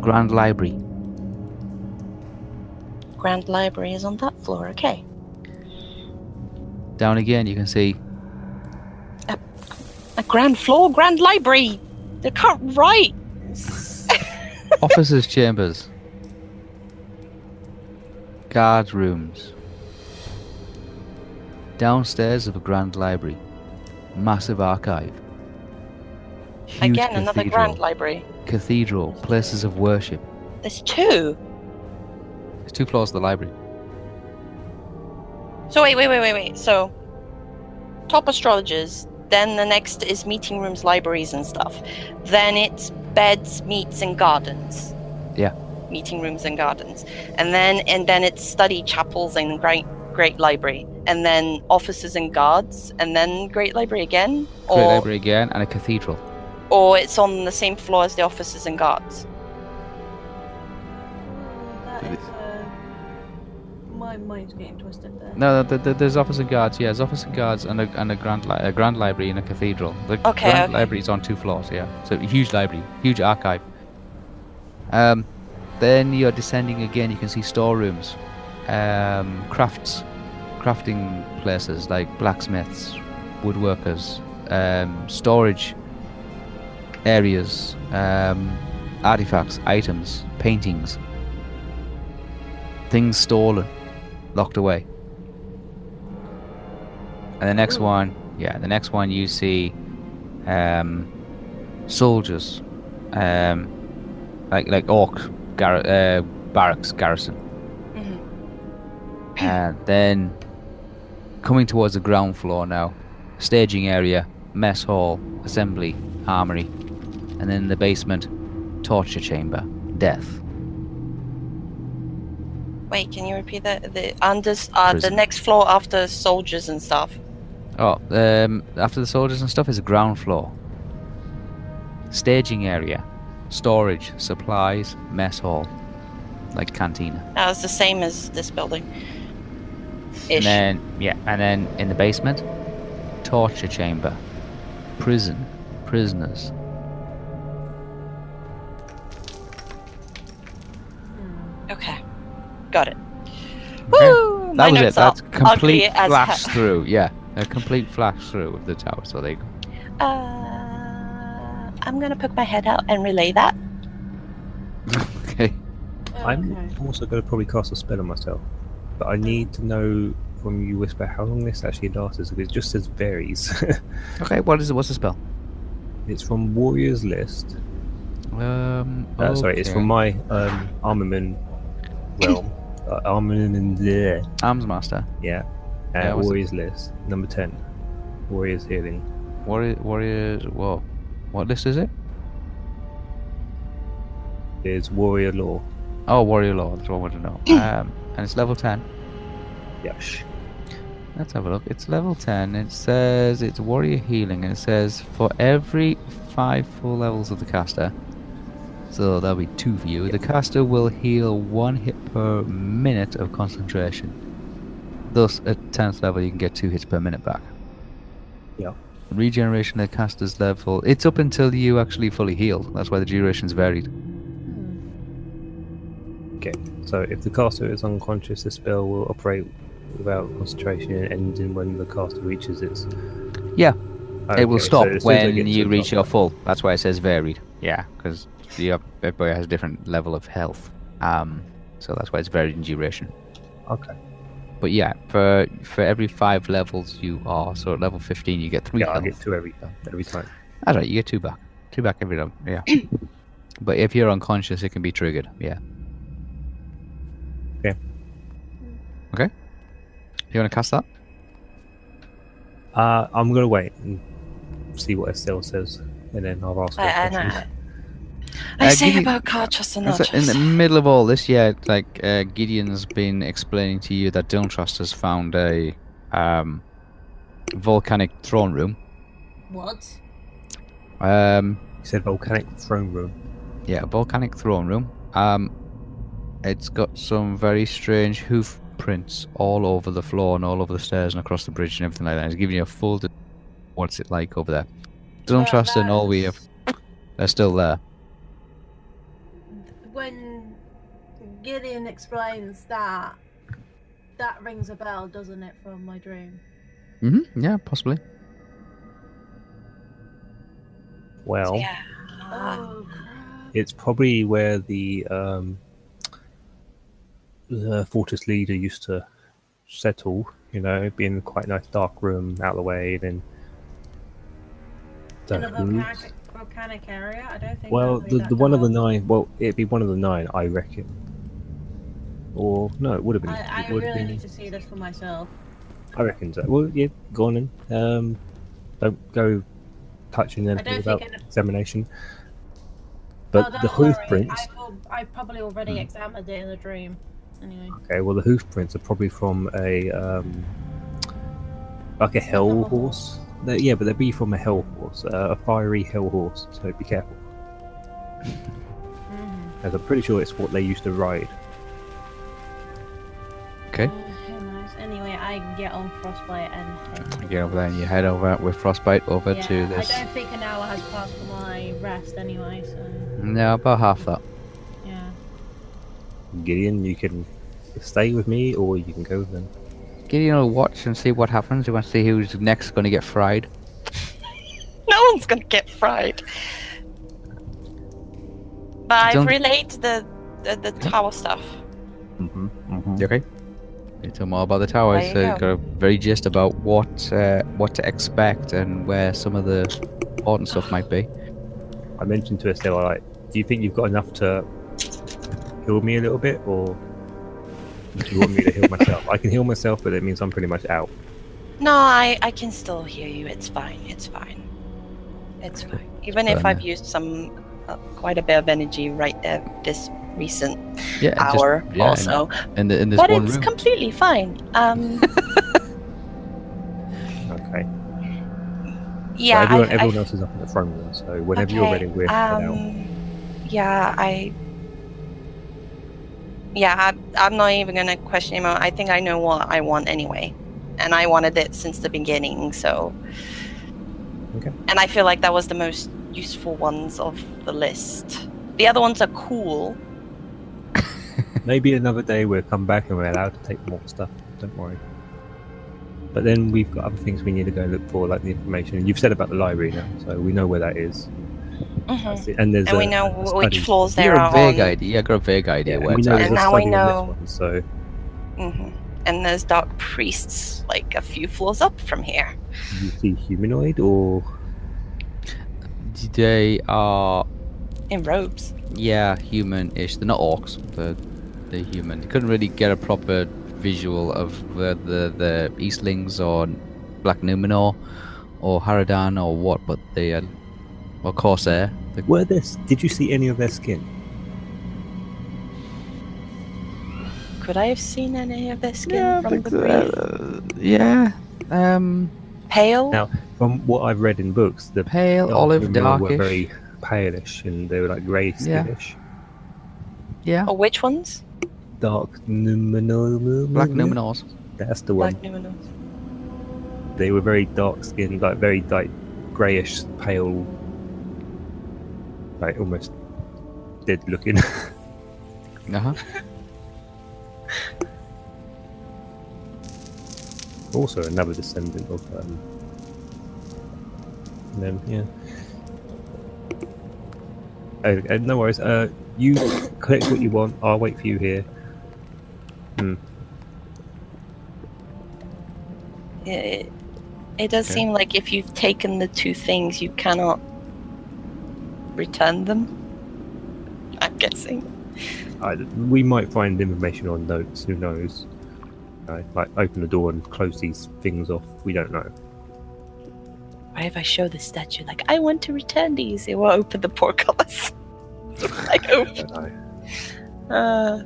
grand library.
Grand Library is on that floor. Okay.
Down again, you can see
A grand floor, Grand Library. They can't write.
officers' chambers, guard rooms. Downstairs of a grand library, massive archive. Huge
Again, another
cathedral,
Grand Library.
cathedral, places of worship.
There's two.
There's two floors of the library.
So wait, wait, wait, wait, wait. So top astrologers, then the next is meeting rooms, libraries and stuff. Then it's beds, meets and gardens.
Yeah.
Meeting rooms and gardens. And then and then it's study chapels and great great library. And then offices and guards and then great library again.
Great
or
library again, and a cathedral.
or it's on the same floor as the offices and guards.
That is. Uh, my mind's getting twisted there.
No, th- th- there's officer guards. Yeah, there's officer guards and a, and a grand li- a grand library and a cathedral. The
Okay,
grand
okay.
library's on two floors. Yeah, so huge library, huge archive. Um, then you're descending again. You can see storerooms, um, crafts, crafting places like blacksmiths, woodworkers, um, storage areas, um, artifacts, items, paintings, things stolen, locked away. And the next one, yeah, the next one you see um, soldiers, um, like like orc gar- uh, barracks garrison. And then coming towards the ground floor now, staging area, mess hall, assembly, armory, and then in the basement, torture chamber, death.
Wait, can you repeat that? The under uh, the
Prison.
next floor after soldiers and stuff.
Oh, um, after the soldiers and stuff is a ground floor. Staging area, storage, supplies, mess hall, like cantina.
That was the same as this building.
And
Ish.
then yeah, and then in the basement, torture chamber, prison, prisoners.
Okay. Got it.
Okay.
Woo! My
That was it.
notes are
That's complete
ugly as
flash
hell.
through. Yeah, a complete flash through of the tower. So they.
Uh, I'm gonna poke my head out and relay that.
Okay.
Oh,
I'm also going to probably cast a spell on myself, but I need to know from you, Whisper, how long this actually lasts. Because it just says varies.
Okay. What is it? What's the spell?
it's from Warrior's List.
Um.
Uh, Sorry, it's
okay.
from my um, armament realm. uh, armament in there.
Arms Master.
Yeah. Uh,
Yeah, what's it?
Warriors list number ten. Warriors healing.
Warrior. Warrior. Whoa. What list is it?
There's warrior law.
Oh, Warrior Law. That's what I want to know. Um, and it's level ten.
Yes.
Let's have a look. It's level 10. It says it's warrior healing, and it says for every five full levels of the caster, so that'll be two for you, the caster will heal one hit per minute of concentration. Thus, at 10th level, you can get two hits per minute back.
Yeah.
Regeneration at caster's level. It's up until you actually fully heal. That's why the duration's varied.
Okay, so if the caster is unconscious, the spell will operate without concentration and ending when the caster reaches its.
Yeah,
Okay,
it will
so
stop
as soon as I
when
get to
you
the
reach
top-
your full. That's why it says varied. Yeah, because everybody has a different level of health. Um, so that's why it's varied in duration.
Okay.
But yeah, for for every five levels you are, so at level fifteen you get three
Yeah, I
health.
get two every every time.
That's right, you get two back, two back every level. Yeah. but if you're unconscious, it can be triggered. Yeah.
Okay.
Okay. You want to cast that?
Uh, I'm gonna wait and see what Estelle says, and then I'll ask her
I, I,
questions.
know. I
Uh,
say
Gideon-
about card trust and
And
not
so in the
trust.
middle of all this, yeah, like uh, Gideon's been explaining to you that Don't Trust has found a um, volcanic throne room.
What?
Um,
He said volcanic throne room.
yeah, a volcanic throne room. Um, it's got some very strange hoof prints all over the floor and all over the stairs and across the bridge and everything like that. It's giving you a full. De- what's it like over there? Don't Trust and all we have. They're still there.
When Gideon explains that, that rings a bell, doesn't it, from my dream?
Mm-hmm. Yeah, possibly.
Well,
Yeah.
Ah.
Oh, crap.
it's probably where the um, the fortress leader used to settle. You know, being quite a nice dark room out of the way, then.
In a
Dark room.
volcanic, volcanic area? I don't think.
Well,
I've
the,
made
the
that
one of the
call.
nine. Well, it'd be one of the nine, I reckon. Or no, it would have been.
I,
it
I
would have
really
been-
need to see this for myself.
I reckon so. Well, yeah, go on then. Um, don't go touching
I
anything
don't
without
think. I know-
examination.
oh,
But
don't
the Hmm. hoof
worry,
prints.
I, will, I probably already examined it in the dream. Anyway.
Okay, well, the hoof prints are probably from a um, like a hell
From a
horse. They- yeah, but they'd be from a hell horse, uh, a fiery hell horse. So be careful,
Mhm.
as I'm pretty sure it's what they used to ride.
Okay.
Uh, who knows? Anyway, I can get on frostbite and. head
Get over there and you
towards-
head over with frostbite over
Yeah,
to this.
I don't think an hour has passed for my rest anyway, so
No, about half that.
yeah.
Gideon, you can stay with me, or you can go with them.
Gideon will watch and see what happens. He wants to see who's next going to get fried.
No one's gonna get fried. But I've
Don't-
relayed the, the the tower stuff.
Mm-hmm. mm-hmm.
You okay? You tell more about the towers.
There you
uh, got a very gist about what uh, what to expect and where some of the important stuff might be.
I mentioned to Estelle, like, do you think you've got enough to heal me a little bit, or do you want me to heal myself? I can heal myself, but it means I'm pretty much out.
No, I I can still hear you. It's fine. It's fine. It's fine. Even if
Fine.
I've used some uh, quite a bit of energy right there this recent
Yeah, and just-
hour
yeah,
also,
and, and, the, in this
but
one
it's
room.
completely fine. Um,
Okay.
yeah,
so everyone,
I've-
everyone
I've-
else is up in the front room, so whenever you're ready, we're head out.
Um, yeah, I. Yeah, I, I'm not even gonna question him. I think I know what I want anyway, and I wanted it since the beginning. So.
Okay.
And I feel like that was the most useful ones of the list. The other ones are cool.
Maybe another day we'll come back and we're allowed to take more stuff. Don't worry. But then we've got other things we need to go look for, like the information you've said about the library now, so we know where that is.
Mm-hmm.
That's it. And there's
Mm. And we
a-
know
a
wh- which
study.
floors
You
there
got
are
a vague
on.
idea. You got a vague idea
Yeah,
where
we
it's
know
at.
there's a
And now
study
we
in this
know-
one, so
Mhm. And there's dark priests, like a few floors up from here.
you see humanoid or
They are,
In robes.
yeah, human-ish. They're not orcs. They're, they're human. You couldn't really get a proper visual of whether the, the Eastlings or Black Numenor or Haradan or what, but they are, or Corsair. They're
Were there? Did you see any of their skin?
Could I have seen any of their skin from the brief?
uh, yeah. Um,
Pale?
Now- From what I've read in books, the
pale,
dark
olive,
women
darkish.
were very palish, and they were like grey
Yeah.
skinish.
Yeah.
Or which ones?
Dark Numenor.
Black Numenors.
That's the one.
Black Numenors.
They were very dark skinned, like very like greyish, pale, like almost dead looking.
Uh huh.
also another descendant of um, them. Yeah. Oh, uh, no worries. Uh, you collect what you want. I'll wait for you here.
It, it does
Okay.
seem like if you've taken the two things, you cannot return them. I'm guessing.
I, we might find information on notes. Who knows? Uh, like open the door and close these things off. We don't know.
Why if I show the statue, like, I want to return these, it will open the portcullis. like,
I
oh,
don't know.
uh,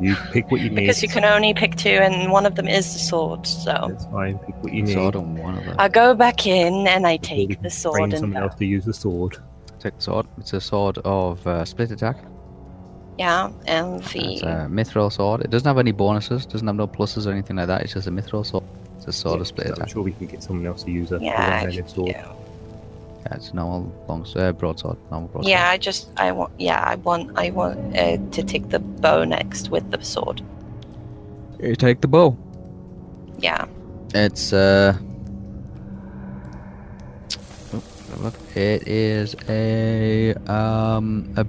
You pick what you need.
because you can only pick two, and one of them is the sword, so.
That's fine. Pick what you need.
So I don't want to
I go back in and I
Before we
take the
can
sword
train
and
someone
go.
else to use the sword.
take the sword. It's a sword of uh, split attack.
Yeah, and
It's
the.
a mithril sword. It doesn't have any bonuses. Doesn't have no pluses or anything like that. It's just a mithril sword. It's a sword of
So
split
I'm
attack.
sure we can get someone else to use a
Yeah,
a one-handed sword.
yeah.
Yeah, it's normal long uh, broadsword. Normal broadsword.
Yeah, I just I want yeah I want I want uh, to take the bow next with the sword.
You take the bow.
Yeah,
It's uh. oh, have a Look, it is a um a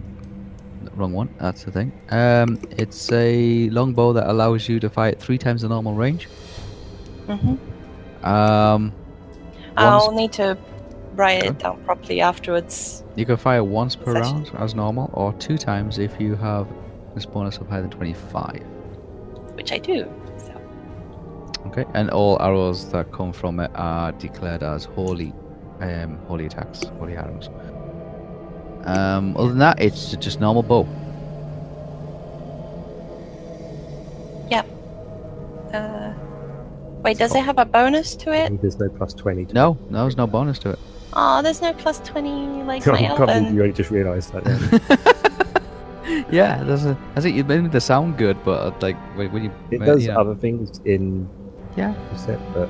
wrong one. That's the thing. Um, it's a longbow that allows you to fight three times the normal range.
hmm
Um,
I'll
once-
need to write
Okay.
it down properly afterwards.
you can fire once per
Session.
round as normal, or two times if you have this bonus of higher than twenty-five.
which I do. So
Okay, and all arrows that come from it are declared as holy, um, holy attacks, holy arrows. Um, other than that, it's just normal bow.
uh, wait,
Oh.
does it have a bonus to it?
Mm.
There's no plus twenty. to-
No, no, there's no bonus to it.
Oh, there's no plus twenty like
I
my
can't believe
elven.
you only just realised that. then.
Yeah, there's a. I think it made the sound good, but uh, like when, when you
It
when-
does
yeah,
other things in
Yeah.
the set, but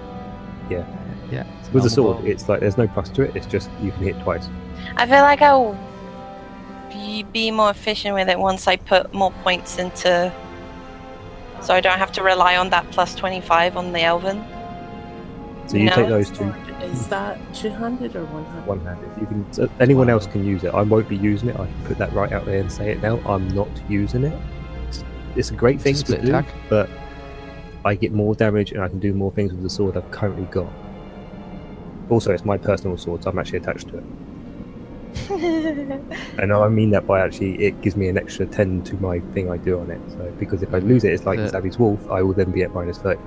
yeah,
with
normal
the sword,
bow.
it's like there's no plus to it. It's just you can hit twice.
I feel like I'll be, be more efficient with it once I put more points into, so I don't have to rely on that plus twenty five on the elven.
So you
No,
take those two
Sword, Is that two-handed or one-handed?
one-handed. You can. so anyone else can use it. I won't be using it. I can put that right out there and say it now. I'm not using it. It's, it's a
a
great thing
split
to do,
attack.
but I get more damage and I can do more things with the sword I've currently got. Also, it's my personal sword, so I'm actually attached to it. And I mean that by actually, it gives me an extra 10 to my thing I do on it. So because if I lose it, it's like
Yeah.
Savvy's Wolf, I will then be at minus 30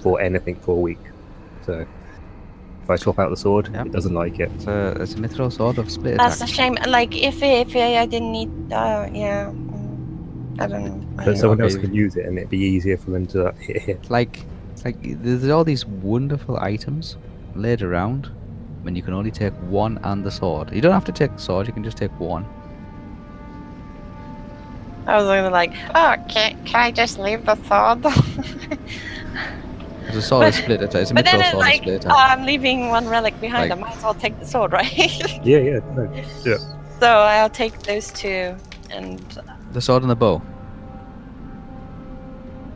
for anything for a week. So if I swap out the sword,
Yep.
it doesn't like it.
It's a it's a mithril sword of split
That's a
attack.
shame. Like if it, if I I didn't need, uh, yeah, mm, I don't know.
But
Yeah,
someone else
okay.
can use it, and it'd be easier for them to like, hit hit.
It's like it's like there's all these wonderful items laid around, and you can only take one and the sword. You don't have to take the sword; you can just take one.
I was gonna like, oh, can, can I just leave the sword?
It's a sword of split attack. It's a
But
mithril
then it's
sword of
like,
split
oh,
attack.
I'm leaving one relic behind.
Like-
I might as well take the sword, right?
Yeah, yeah, no, do it.
so I'll take those two, and
The sword and the bow.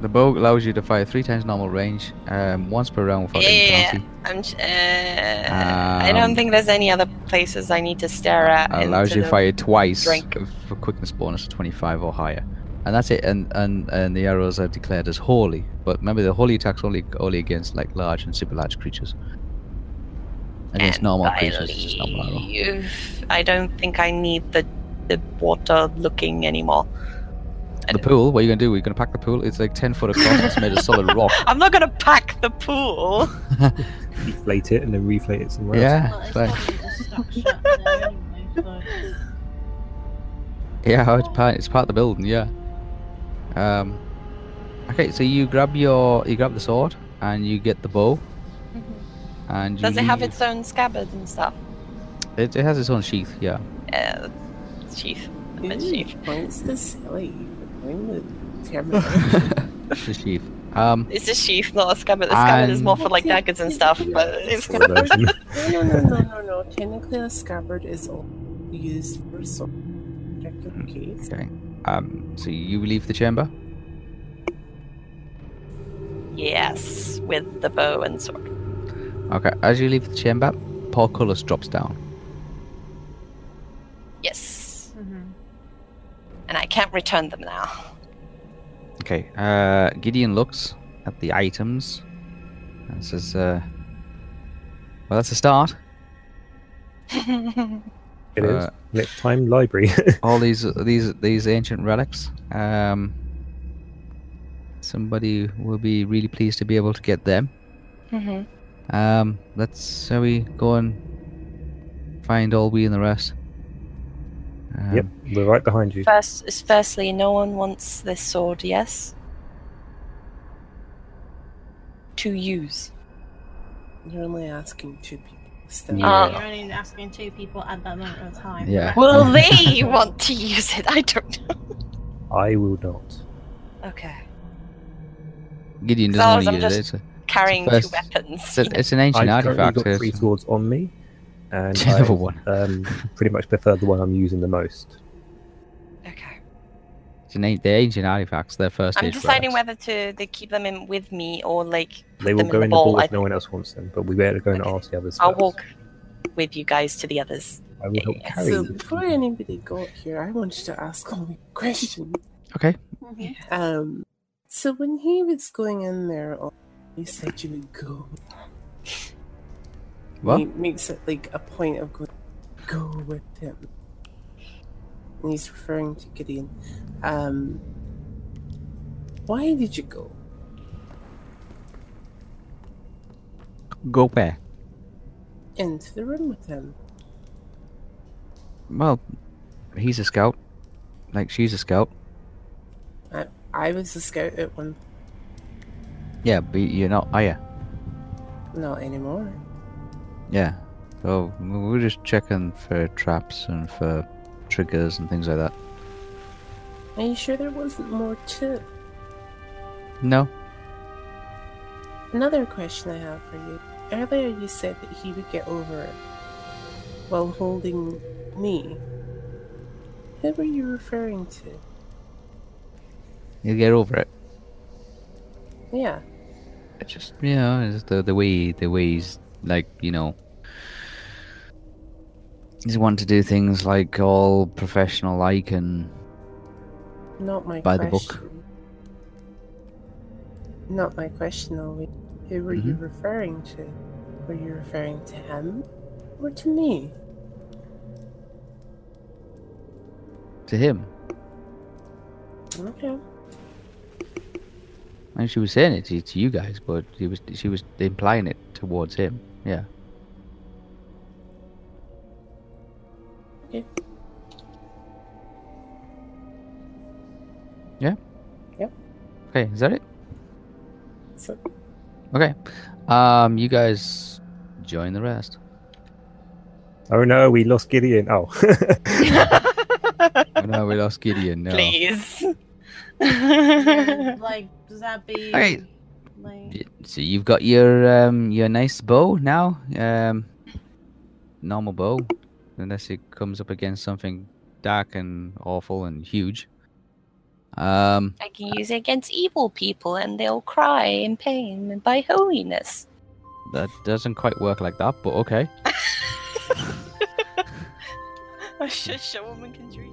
The bow allows you to fire three times normal range, um, once per round without any
Yeah.
penalty.
I'm. j- Uh, I don't
Um,
think there's any other places I need to stare at. and
allows
to
you to fire twice
drink.
for quickness bonus of 25 or higher. And that's it. And, and and the arrows are declared as holy. But remember, the holy attacks only only against like large and super large creatures. Against
and
normal
I
creatures, it's just normal arrow.
leave. I don't think I need the the water looking anymore. I
The pool. What are you gonna do? Are you gonna pack the pool? It's like 10 foot across. it's made of solid rock.
I'm not gonna pack the pool.
deflate it and then reflate it somewhere else.
Yeah.
Well, it's
it's like-
probably just stuck shut there anyway, so
Yeah, oh, it's part it's part of the building, yeah. Um Okay, so you grab your you grab the sword and you get the bow
Mm-hmm,
and you
Does it have
leave-
its own scabbard and stuff?
it it has its own sheath, yeah.
Uh, sheath.
Ooh,
Mischief.
Points to Sally. for knowing the terminology.
the sheath. Um,
It's a sheath, not a scabbard. The scabbard is
And-
more for like daggers and stuff, but it's
Sort of version.
No, no, no, no, no, no. Technically, a scabbard is only used for sort of
Hmm.
particular case.
okay. Um, so you leave the chamber.
yes, with the bow and sword.
Okay. As you leave the chamber, portcullis drops down.
Yes,
Mm-hmm.
and I can't return them now.
Okay. Uh, Gideon looks at the items and says, uh, "Well, that's a start.
Mm-hmm.
It is.
Uh,
Next time, library.
all these these these ancient relics. Um, somebody will be really pleased to be able to get them.
hmm
Um, let's shall we go and find all we and the rest. Um,
yep, we're right behind you.
First, is firstly, no one wants this sword. Yes, to use.
You're only asking two people. Still.
Yeah.
Uh,
You're only asking two people at that moment of time.
Yeah.
Right.
Will they want to use it? I don't know.
I will not.
Okay,
Gideon doesn't
Flowers,
want to
I'm
use it.
just-
It's, a,
carrying
First-
two weapons.
it's, a, it's an ancient
I've currently
artifact.
got three
It's
swords on me, and I
another one.
um, pretty much prefer the one I'm using the most.
Okay.
It's an, a- they're ancient artifacts. They're first
I'm
age
deciding
relics.
whether to they keep them in with me or like
They
put
will
them
go
in the
in the ball
bowl. I
if no one else wants them, but we better go and
Okay.
ask the others.
I'll
first.
walk with you guys to the others.
I will help
yeah,
carry
So
them.
before anybody got here, I wanted to ask only a question.
Okay.
Mhm.
Um, so when he was going in there, oh, you said you would go.
What?
He makes it like a point of going, go with him. And he's referring to Gideon. Um, why did you go?
Go where?
Into the room with him.
Well, he's a scout. Like she's a scout.
I, I was a scout at one,
Yeah, but you're not, are you?
not anymore.
Yeah. So we we're just checking for traps and for triggers and things like that.
Are you sure there wasn't more to it?
No.
Another question I have for you. Earlier you said that he would get over it while holding me. Who were you referring to?
You get over it.
Yeah.
It's just you know, it's the the way the way he's like, you know He's one to do things like all professional like and
Not my
By the
question.
book.
Not my question, Ollie. Who were
Mm-hmm.
you referring to? Were you referring to him or to me?
to him.
Okay.
And she was saying it to, to you guys, but she was she was implying it towards him. Yeah.
Okay.
Yeah?
Yep.
Okay, is that it?
So,
Okay. Um you guys join the rest.
Oh no, we lost Gideon. Oh,
Oh no, we lost Gideon, no.
Please.
Yeah, like, does that be.
Okay.
Like,
Y- So you've got your um your nice bow now. Um normal bow. Unless it comes up against something dark and awful and huge. Um
I can use it against evil people and they'll cry in pain by holiness.
that doesn't quite work like that, but okay.
I should show woman can dream.